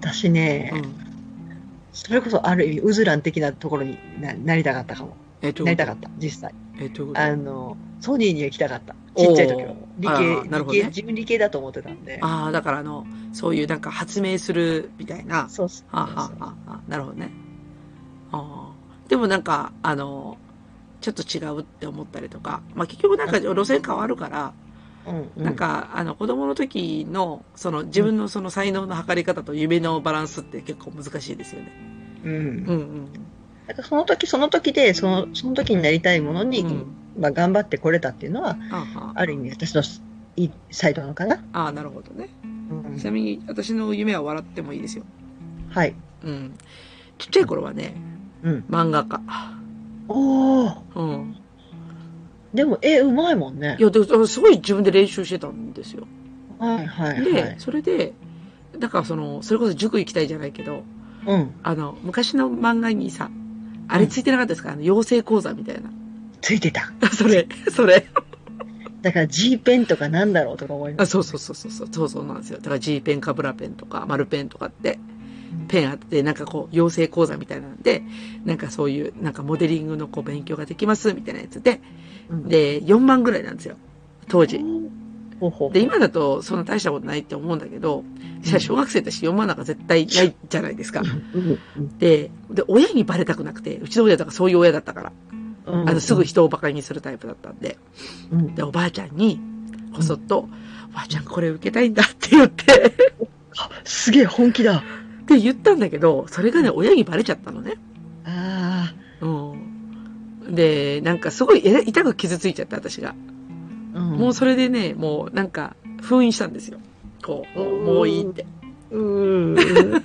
C: 私ね、
B: うん。
C: それこそある意味、うずらん的なところにななりたかったかも。
B: え、どう
C: な
B: いう
C: り
B: こ
C: た
B: と
C: かった、実際。
B: え、どういうこ
C: あ
B: と
C: の、ソニーには行きたかった。ちっちゃい時は
B: おー。
C: 理
B: あ
C: 系、
B: ーなるほ
C: 理
B: どね
C: 系、自分理系だと思ってたんで。
B: ああ、だからあの、そういうなんか発明するみたいな。
C: そうそう
B: はあ、はあはあはあ、なるほどね。ああ。でもなんか、あの、ちょっと違うって思ったりとか、まあ結局なんか路線変わるから、
C: うんう
B: なん、か、あの子供の時の、その自分のその才能の測り方と夢のバランスって結構難しいですよね。
C: うん
B: うんうん。
C: なんかその時その時でその、その時になりたいものに、
B: うん
C: まあ、頑張ってこれたっていうのは、
B: ああ
C: ある意味私のいい才能なのかな。
B: ああ、なるほどね。
C: うん
B: ちなみに私の夢は笑ってもいいですよ。
C: はい。
B: うん。ちっちゃい頃はね、
C: うん、
B: 漫画家。
C: おお、
B: うん。
C: でも絵うまいもんね
B: い。や、ですごい自分で練習してたんですよ。
C: はいはいは
B: で、
C: い。
B: それで、だからその、それこそ塾行きたいじゃないけど、
C: うん。
B: あの、昔の漫画にさ、あれついてなかったですかあの、養成講座みたいな。 *laughs*
C: ついてた。
B: あそれ、それ。
C: だから G ペンとかなんだろうとか思いま
B: あ
C: す。
B: そうそうそうそうそう、そうそうなんですよ。だから G ペン、カブラペンとか、丸ペンとかって、ペンあって、なんかこう、養成講座みたいなんで、なんかそういう、なんかモデリングのこう、勉強ができます、みたいなやつで、
C: うん、
B: で、4万ぐらいなんですよ。当時。
C: ほうほう
B: で、今だとそんな大したことないって思うんだけど、実は小学生だし4万なんか絶対ないじゃないですか。
C: うんうん
B: で、で、親にバレたくなくて、うちの親だからそういう親だったから、
C: うん
B: あの、すぐ人を馬鹿にするタイプだったんで、
C: うん
B: で、おばあちゃんに、こそっと、おばあちゃんこれ受けたいんだって言って、
C: あすげえ本気だ。
B: って言ったんだけど、それがね、親にバレちゃったのね。
C: あ
B: うん。で、なんかすごいえら痛く傷ついちゃった私が。
C: あ、うん
B: もうそれでね、もうなんか封印したんですよ。こう、
C: うん
B: もういいって。
C: うーん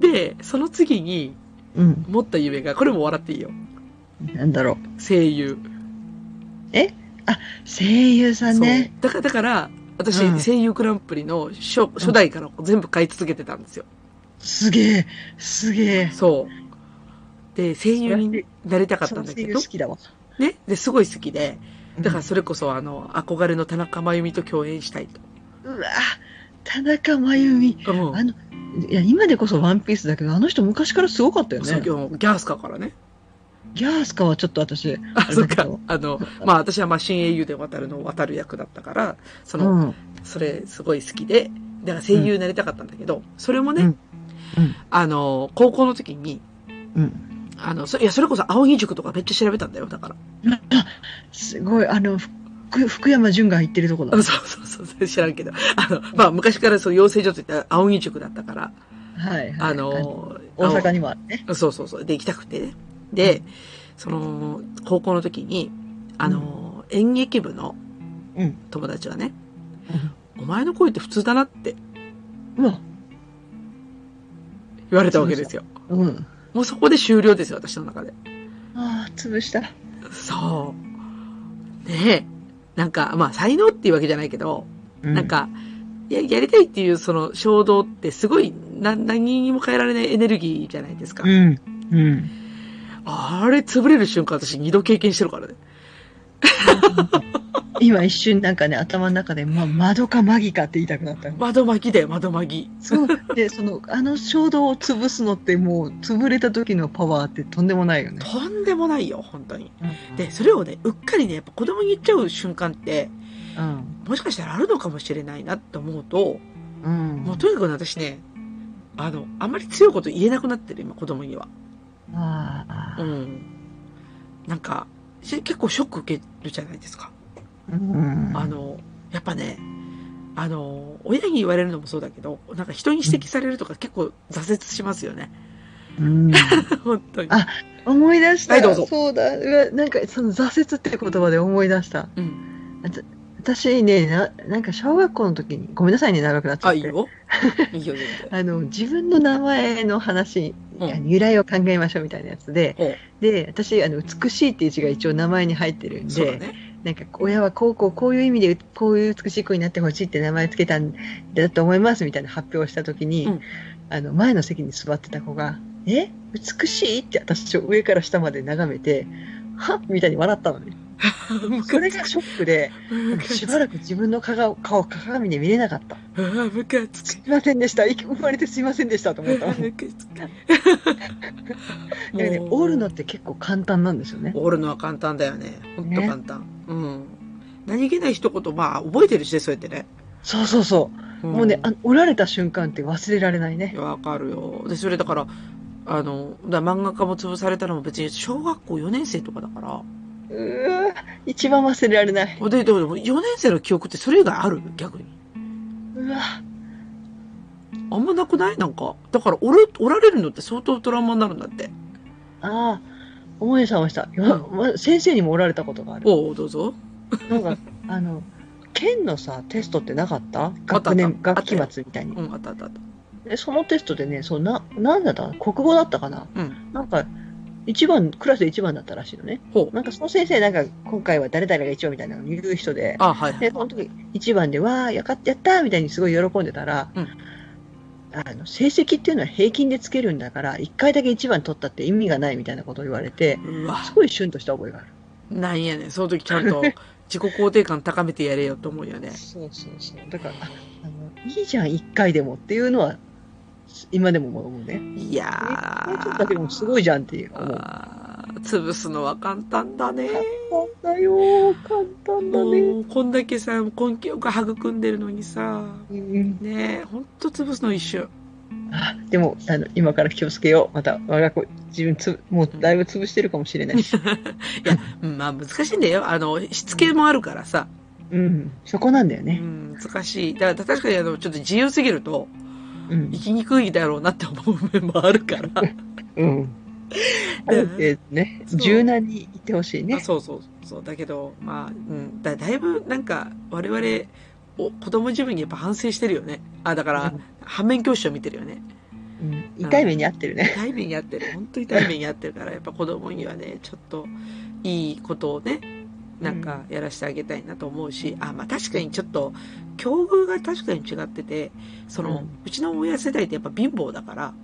B: で、その次に
C: うん、
B: 持った夢が、これも笑っていいよ。
C: なんだろう。
B: 声優。
C: 声優さんね。
B: そう。だから、だから、私、
C: うん
B: 声優グランプリの初初代から全部買い続けてたんですよ。
C: すげえ、すげえ。
B: そう。で、声優になりたかったんだけ
C: その声優
B: ど
C: 好、きだわ。
B: ね。で、すごい好きで、だから
C: う
B: それこそ、あの、憧れの田中真由美と共演したいと。
C: んうわ、田中真由美。
B: うん。
C: あの、いや、今でこそワンピースだけど、あの人昔からすごかったよ
B: そう
C: ね。
B: ギャースカからね。
C: ギャースカはちょっと私、
B: あ、 *laughs* そっ
C: あ
B: か
C: の。
B: あの、まあ私はまあ新英雄で渡るの渡る役だったから、その、
C: うん。
B: それすごい好きで、だから声優になりたかったんだけど、それもね、
C: うんうん
B: あの、高校の時に、
C: うん。
B: あの、そいや、それこそ青木塾とかめっちゃ調べたんだよ、だから。
C: すごい、あの、福福山潤が行ってるとこ
B: あ
C: だ
B: の。そうそうそうそう、知らんけど。あの、まあ昔からそう養成所って言ったら青木塾だったから、
C: はい、はい。
B: あ、の、
C: 大阪
B: に
C: にもあるね。
B: そうそうそう、で行きたくてね。で、その、高校の時に、あの、演劇部の
C: うん
B: 友達がね、お前の声って普通だなって
C: うわ、
B: 言われたわけですよ。
C: うん。
B: もうそこで終了ですよ、私の中で。
C: ああ、潰した。
B: そう。ねえ。なんか、まあ、才能っていうわけじゃないけど、
C: な
B: なん、か、や、やりたいっていうその衝動ってすごい、な、何にも変えられないエネルギーじゃないですか。
C: うん。うん。
B: あれ、潰れる瞬間私二度経験してるからね。
C: 今一瞬なんかね、頭の中で、ま、窓かマギかって言いたくなったの。
B: 窓巻きだよ、窓巻き。
C: そう。 *laughs* で、その、あの衝動を潰すのってもう、潰れた時のパワーってとんでもないよね。
B: とんでもないよ、本当に。
C: うん
B: で、それをね、うっかりね、やっぱ子供に言っちゃう瞬間って、
C: うん。
B: もしかしたらあるのかもしれないなって思うと、
C: うん
B: もうとにかく私ね、あの、あんまり強いこと言えなくなってる、今、子供には。
C: ああ
B: う。ん。なんか、し結構ショック受けるじゃないですか。
C: うん
B: あ、の、やっぱね、あの、親に言われるのもそうだけど、なんか人に指摘されるとか結構挫折しますよ *laughs* ね。
C: うん、
B: 本当に。
C: あ思い出した。
B: はいどうぞ
C: そうだ。うわなんか、その挫折って言葉で思い出した。
B: うん。
C: 私ね、ななんか小学校の時に、ごめんなさいね、長くなっちゃっ
B: あ、
C: て。
B: いい *laughs* よ。いいよ、全然。
C: あの、自分の名前の話、
B: うん
C: あの由来を考えましょうみたいなやつで、
B: ほう
C: で、私、あの、美しいっていう字が一応名前に入ってるん
B: そう
C: で、
B: だね。
C: なんか、親はこうこう、こういう意味で、こういう美しい子になってほしいって名前つけたんだと思いますみたいな発表をした時に、
B: うん
C: あの、前の席に座ってた子が、え美しいって私を上から下まで眺めて、はみたいに笑ったのね。それがショックで、
B: むかつ
C: しばらく自分の顔顔鏡で見れなかった。
B: く。むかつく
C: す。いませんでした。生き生まれてすいませんでしたと思ったもん。
B: むかつ *laughs* く。
C: でね、
B: もう
C: 折るのって結構簡単なんですよね。
B: 折るのは簡単だよね。ほんと
C: ね
B: 簡単。うん。何気ない一言、まあ、覚えてるしね、そうやってね。
C: そうそうそう。もうね、あの折られた瞬間って忘れられない
B: い
C: ね
B: や。わかるよ。で、それだから、あの、だから漫画家も潰されたのも別に小学校4年生とかだか
C: うー一番忘れられない。
B: ら。で、でも4年生の記憶ってそれ以外ある逆に。
C: うわ、
B: あんまなくないなんか。だから、おる、おられるのって相当トラウマになるんだって。
C: ああ、思い出しました。よま先生にも折られたことがある。
B: おうどうぞ。
C: なんか、あの、県のさ、テストってなかった
B: あった
C: 学年、
B: あった
C: 学期末みたいに
B: う。ん、あったあったあった。
C: でそのテストでね、そうな、なんだった国語だったかな
B: うん。
C: なんか、一番、クラスで一番だったらしいのね。
B: ほう。
C: なんかその先生、なんか今回は誰々が一番みたいなの言う人で、
B: あ、はいは
C: で、
B: い。
C: その時、一番で、わー、やかってやったーみたいにすごい喜んでたら、
B: うん
C: あの成績っていうのは平均でつけるんだから1回だけ1番取ったって意味がないみたいなことを言われて
B: うわ
C: すごいシュンとした覚えがある。
B: なんやねん。その時ちゃん
C: *laughs*
B: と自己肯定感高めてやれよと思うよね。
C: そうそうそうだからああのいいじゃん1回でもっていうのは今でも思うね。
B: いや
C: もうちょっとだけでも
B: ー。
C: すごいじゃんっていう思う。
B: あー潰すのは簡単だね。
C: 簡単だよ、簡単だね。
B: もう、こんだけさ、根気よく育んでるのにさ、
C: うん
B: ねえ、ほんと潰すの一瞬。
C: あでもあの今から気をつけよう。また我が子自分つもうだいぶ潰してるかもしれ *laughs* ないし、
B: まあ難しいんだよ。あの、しつけもあるからさ。
C: うんそこなんだよ
B: う
C: ね。
B: ん、難しい。だから確かにあの、ちょっと自由すぎると、
C: うん
B: 生きにくいだろうなって思う面もあるから。 *laughs*
C: うん。ある程度ね
B: そう
C: 柔軟に言ってほしい
B: あ
C: ね。
B: そうそうそうだけどまあ、うん、だだいぶなんか我々お子供自分にやっぱ反省してるよねあだから、
C: うん
B: 反面教師を見てるよね
C: うん痛い目に遭ってるね。
B: 痛い目にやってる本当に痛い目にやってるからやっぱ子供にはねちょっといいことをねなんかやらせてあげたいなと思うし、あまあ確かにちょっと境遇が確かに違っててその、う
C: うん
B: ちの親世代ってやっぱ貧乏だから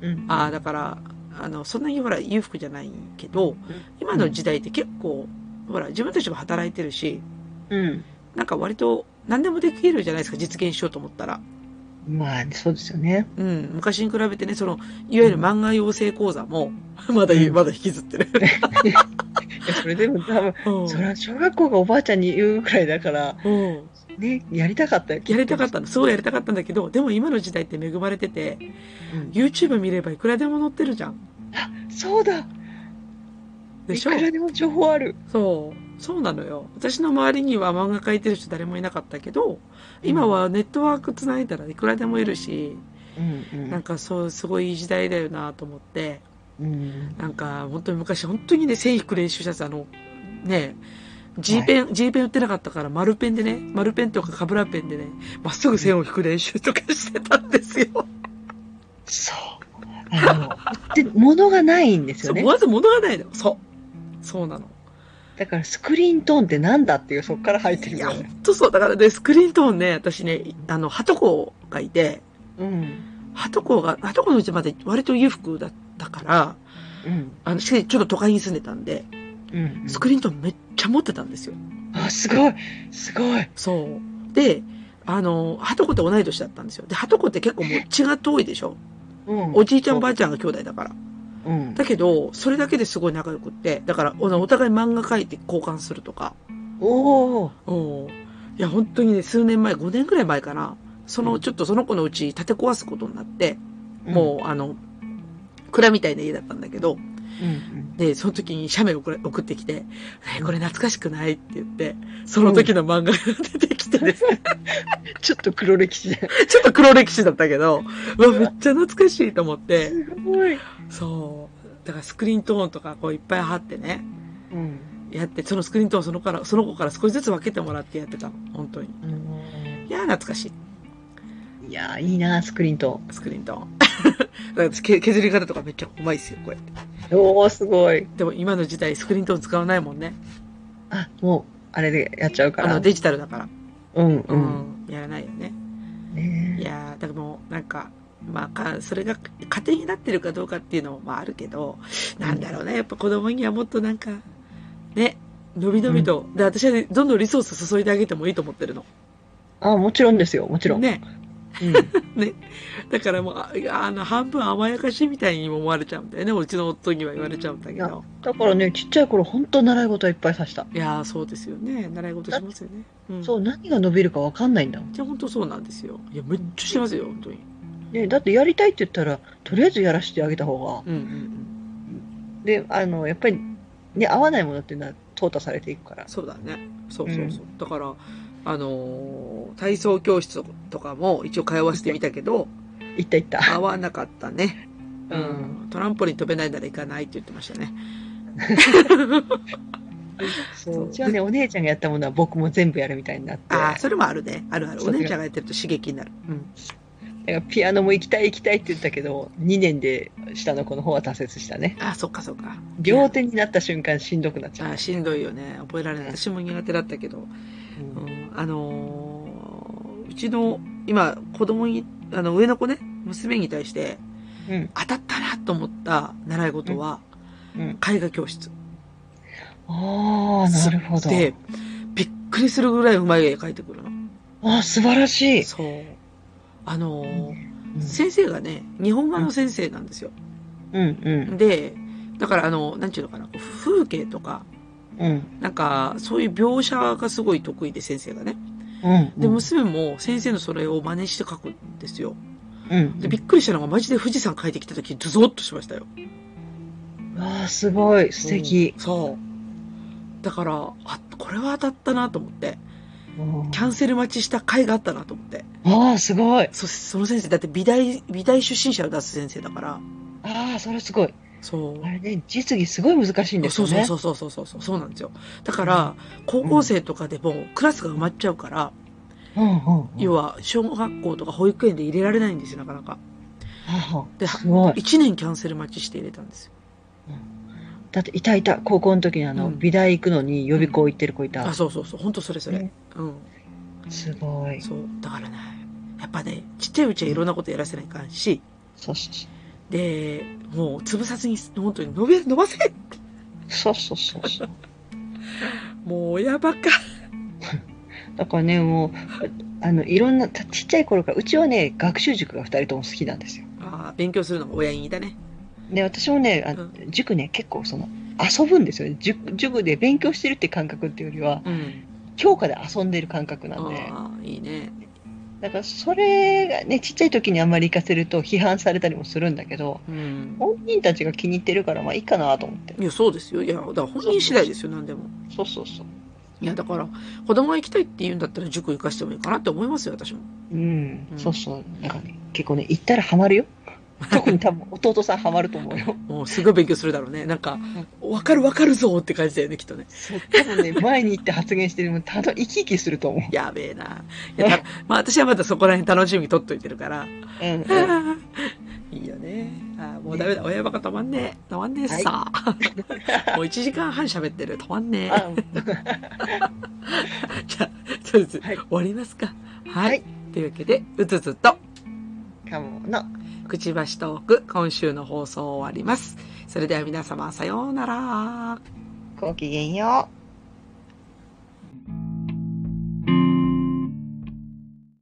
C: うん
B: ああだからあのそんなにほら裕福じゃないけど今の時代って結構ほら自分たちも働いてるし
C: うん。
B: なんか割と何でもできるじゃないですか、実現しようと思ったら。
C: まあそうですよね。
B: うん、昔に比べてね、その、いわゆる漫画養成講座も、まだ、
C: うん
B: まだ引きずってる。
C: いやそれでも多分
B: うん
C: それは小学校がおばあちゃんに言うくらいだから
B: うん
C: ねやりたかったよ。
B: やりたかったの、すごいやりたかったんだけど、でも今の時代って恵まれてて、
C: うん。
B: YouTube 見ればいくらでも載ってるじゃん。
C: そうだ。
B: でしょ
C: いくらでも情報ある。
B: そう。そうなのよ。私の周りには漫画描いてる人誰もいなかったけど、今はネットワーク繋いだらいくらでもいるし、
C: うんう
B: なん
C: ん
B: かそう、すごいいい時代だよなと思って、
C: うん。
B: なんか、本当に昔、本当にね、線引く練習したんですあの、ね、G ペン、G ペン売ってなかったから、丸ペンでね、丸ペンとかカブラペンでね、まっすぐ線を引く練習とかしてたんですよ。
C: そう。あ
B: *laughs*
C: の、で、物がないんです
B: そ
C: よ
B: う、
C: ね。
B: まず物がないの。そう。そうなの。
C: だからスクリーントーンってなんだっていう、そこから入って
B: い
C: くる
B: や、
C: よ
B: ほん
C: ね。
B: とそう。だからね、スクリーントーンね、私ね、あの、ハトコがいて、
C: うん。
B: ハトコが、ハトコのうちまで割と裕福だったから、
C: うん。
B: あの、しかしちょっと都会に住んでたんで、
C: うん。
B: スクリーントーンめっちゃ持ってたんですよ。
C: あ、すごい。すごい。
B: そう。で、あの、ハトコって同い年だったんですよ。で、ハトコって結構もう血が遠いでしょ。
C: うん
B: おじいちゃんおばあちゃんが兄弟だから。
C: うん。
B: だけど、それだけですごい仲良くって、だから、おお互い漫画描いて交換するとか。
C: おお。
B: うん。いや、本当にね、数年前、5年ぐらい前かな。その、
C: うん
B: ちょっとその子のうち立て壊すことになって、もう、あの、蔵みたいな家だったんだけど、
C: うん。うん。
B: で、その時に写メを送ら送ってきて、え、これ懐かしくないって言って、その時の漫画が出てきてね、
C: ちょっと黒歴史
B: *laughs*
C: だ。
B: ちょっと黒歴史だったけど、うわ、めっちゃ懐かしいと思って、
C: すごい。
B: そう。だからスクリーントーンとかこういっぱい貼ってね、
C: うん。
B: やって、そのスクリーントーンをそのから、その子から少しずつ分けてもらってやってたの本当に。いやー、懐かしい。
C: いやー、いいな、スクリーント
B: スクリーントーン。 *laughs* だからけ削り方とかめっちゃうまいっすよ、こうやって。
C: ーン。おお、すごい。
B: でも今の時代スクリーントーン使わないもんね。
C: あ、もう、あれでやっちゃうか
B: あ
C: ら。
B: の、デジタルだから。
C: うん、
B: う
C: うん。
B: ん。やらないよね。い
C: ね
B: やー、だからもう、なんか、まあか、それが糧になってるかどうかっていうのもまああるけど、なんだろうね、やっぱ子供にはもっとなんか、ね、伸び伸びと、で、私はねどんどんリソース注いであげてもいいと思ってるの。
C: あ、もちろんですよ、もちろん。
B: ね。
C: うん。
B: だからもう、あいやあの、半分甘やかしみたいにも思われちゃうんだよね、うちの夫には言われちゃうんだけ
C: いや
B: ど。
C: だからね、ちっちゃい頃、本当習い事はいっぱいさせた。
B: いやー、そうですよね。習い事しますよね。うん。
C: そう、何が伸びるか分かんないんだもん。
B: じゃあ本当そうなんですよ。いや、めっちゃしてますよ、本当に。
C: ね、だってやりたいって言ったら、とりあえずやらせてあげた方が。
B: うんうんうん。
C: で、あの、やっぱり、ね、合わないものっていうのは、淘汰されていくから。
B: そうだね。そうそうそう。だから、あのー体操教室とかも一応通わせてみたけど、
C: いった
B: *laughs*
C: いった。
B: 合わなかったね。
C: う
B: うん。トランポリン飛べないなら行かないって言ってましたね。
C: そう。うちはね、お姉ちゃんがやったものは僕も全部やるみたいになって。
B: ああ、それもあるね。あるある。お
C: そうだね
B: 姉ちゃんがやってると刺激になる。うん。
C: だからピアノも行きたい行きたいって言ったけど、2年で下の子の方は挫折したね。
B: ああ、そっかそっか。
C: 両手になった瞬間しんどくなっち
B: あ
C: ゃ
B: あ、
C: う。
B: しんどいよね。覚えられない。
C: うん
B: 私も苦手だったけど。
C: うん
B: うんあのーうちの、今、子供に、あの、上の子ね、娘に対して
C: うん。
B: 当たったなと思った習い事は
C: うん。
B: 絵画教室。
C: ああ、なるほど。
B: で、びっくりするぐらいうまい絵描いてくるの。
C: ああ、素晴らしい。
B: そう。あの
C: う
B: ー
C: ん
B: 先生がね、日本画の先生なんですよ。
C: うん
B: で、だからあの、なんていうのかな、こう風景とか、
C: うん。うん。
B: なんか、そういう描写がすごい得意で先生がね。
C: うん。
B: で、娘も先生のそれを真似して描くんですよ。
C: うん。
B: で、びっくりしたのがマジで富士山描いてきた時、ズゾッとしましたよ。
C: ああ、すごい。素敵
B: うん。そう。だから、あ、これは当たったなと思って、
C: うん
B: キャンセル待ちした回があったなと思って。
C: ああ、すごい。
B: そ、その先生、だって美大、美大出身者を出す先生だから、
C: ああ、それすごい。
B: そう
C: あ。れね、実技すごい難しいんです
B: そう
C: よ
B: そう
C: ね。
B: そううそうそうそうそうそうなんですよ。だから、高校生とかでもクラスが埋まっちゃうから、
C: そう。うんうんうん。
B: 要は小学校とか保育園で入れられないんですよ、なかなか。
C: は
B: です
C: ごい。
B: 1年キャンセル待ちして入れたんですよ。
C: だって、いたいた。高校の時にあの、
B: うん
C: 美大行くのに予備校行ってる子い
B: あ、
C: た。
B: そうそうそう、ほんとそれそれ。
C: ね
B: うん。
C: すごい。
B: そう。だからね、やっぱね、ちっちゃいうちはいろんなことやらせないかんし、
C: そうそう
B: で、もう潰さずに、本当に伸び、伸ばせ
C: そう。そうそうそう。
B: もう親ばっか。
C: だからね、もう、あの、いろんな、たちっちゃい頃から、うちはね、学習塾が二人とも好きなんですよ。
B: あー勉強するのが親にだね。
C: で、私もね、あ
B: う
C: 塾ね、結構その、遊ぶんですよね。塾、塾で勉強してるって感覚っていうよりは、
B: うん。
C: 教科で遊んでる感覚なんで。
B: ああ、いいね。
C: だから、それがね、ちっちゃい時にあんまり行かせると批判されたりもするんだけど、
B: うん。
C: 本人たちが気に入ってるから、まあいいかなと思って。
B: いや、そうですよ。いや、だから本人次第ですよ、何でも。
C: そうそうそう。
B: いや、だから、子供が行きたいって言うんだったら塾行かしてもいいかなって思いますよ、私も。
C: うん、
B: うん
C: そうそう。なんかね、結構ね、行ったらハマ *laughs* るよ。特に多分、弟さんハマると思うよ。
B: もうすごい勉強するだろうね。なんか、わかるわかるぞって感じだよね、きっとね。
C: そう、多分ね、前に行って発言してる分、ただ生き生きすると思う。
B: やべえな。いや、 *laughs* たまあ私はまだそこら辺楽しみに取っといてるから。
C: うん、 *laughs*
B: *laughs* いいよね。あーもうダメだ。親バカ止まんねえ。止まんねえ
C: はい
B: さ。 *laughs* もう1時間半喋ってる。止まんねえ。
C: *laughs* あ、
B: *laughs* じゃあ、とりあえず、
C: はい
B: 終わりますか。はい。
C: はい
B: というわけで、うつつと、
C: かも *laughs* な。
B: くちばしトーク、今週の放送を終わります。それでは皆様、さようなら。
C: ごきげんよう。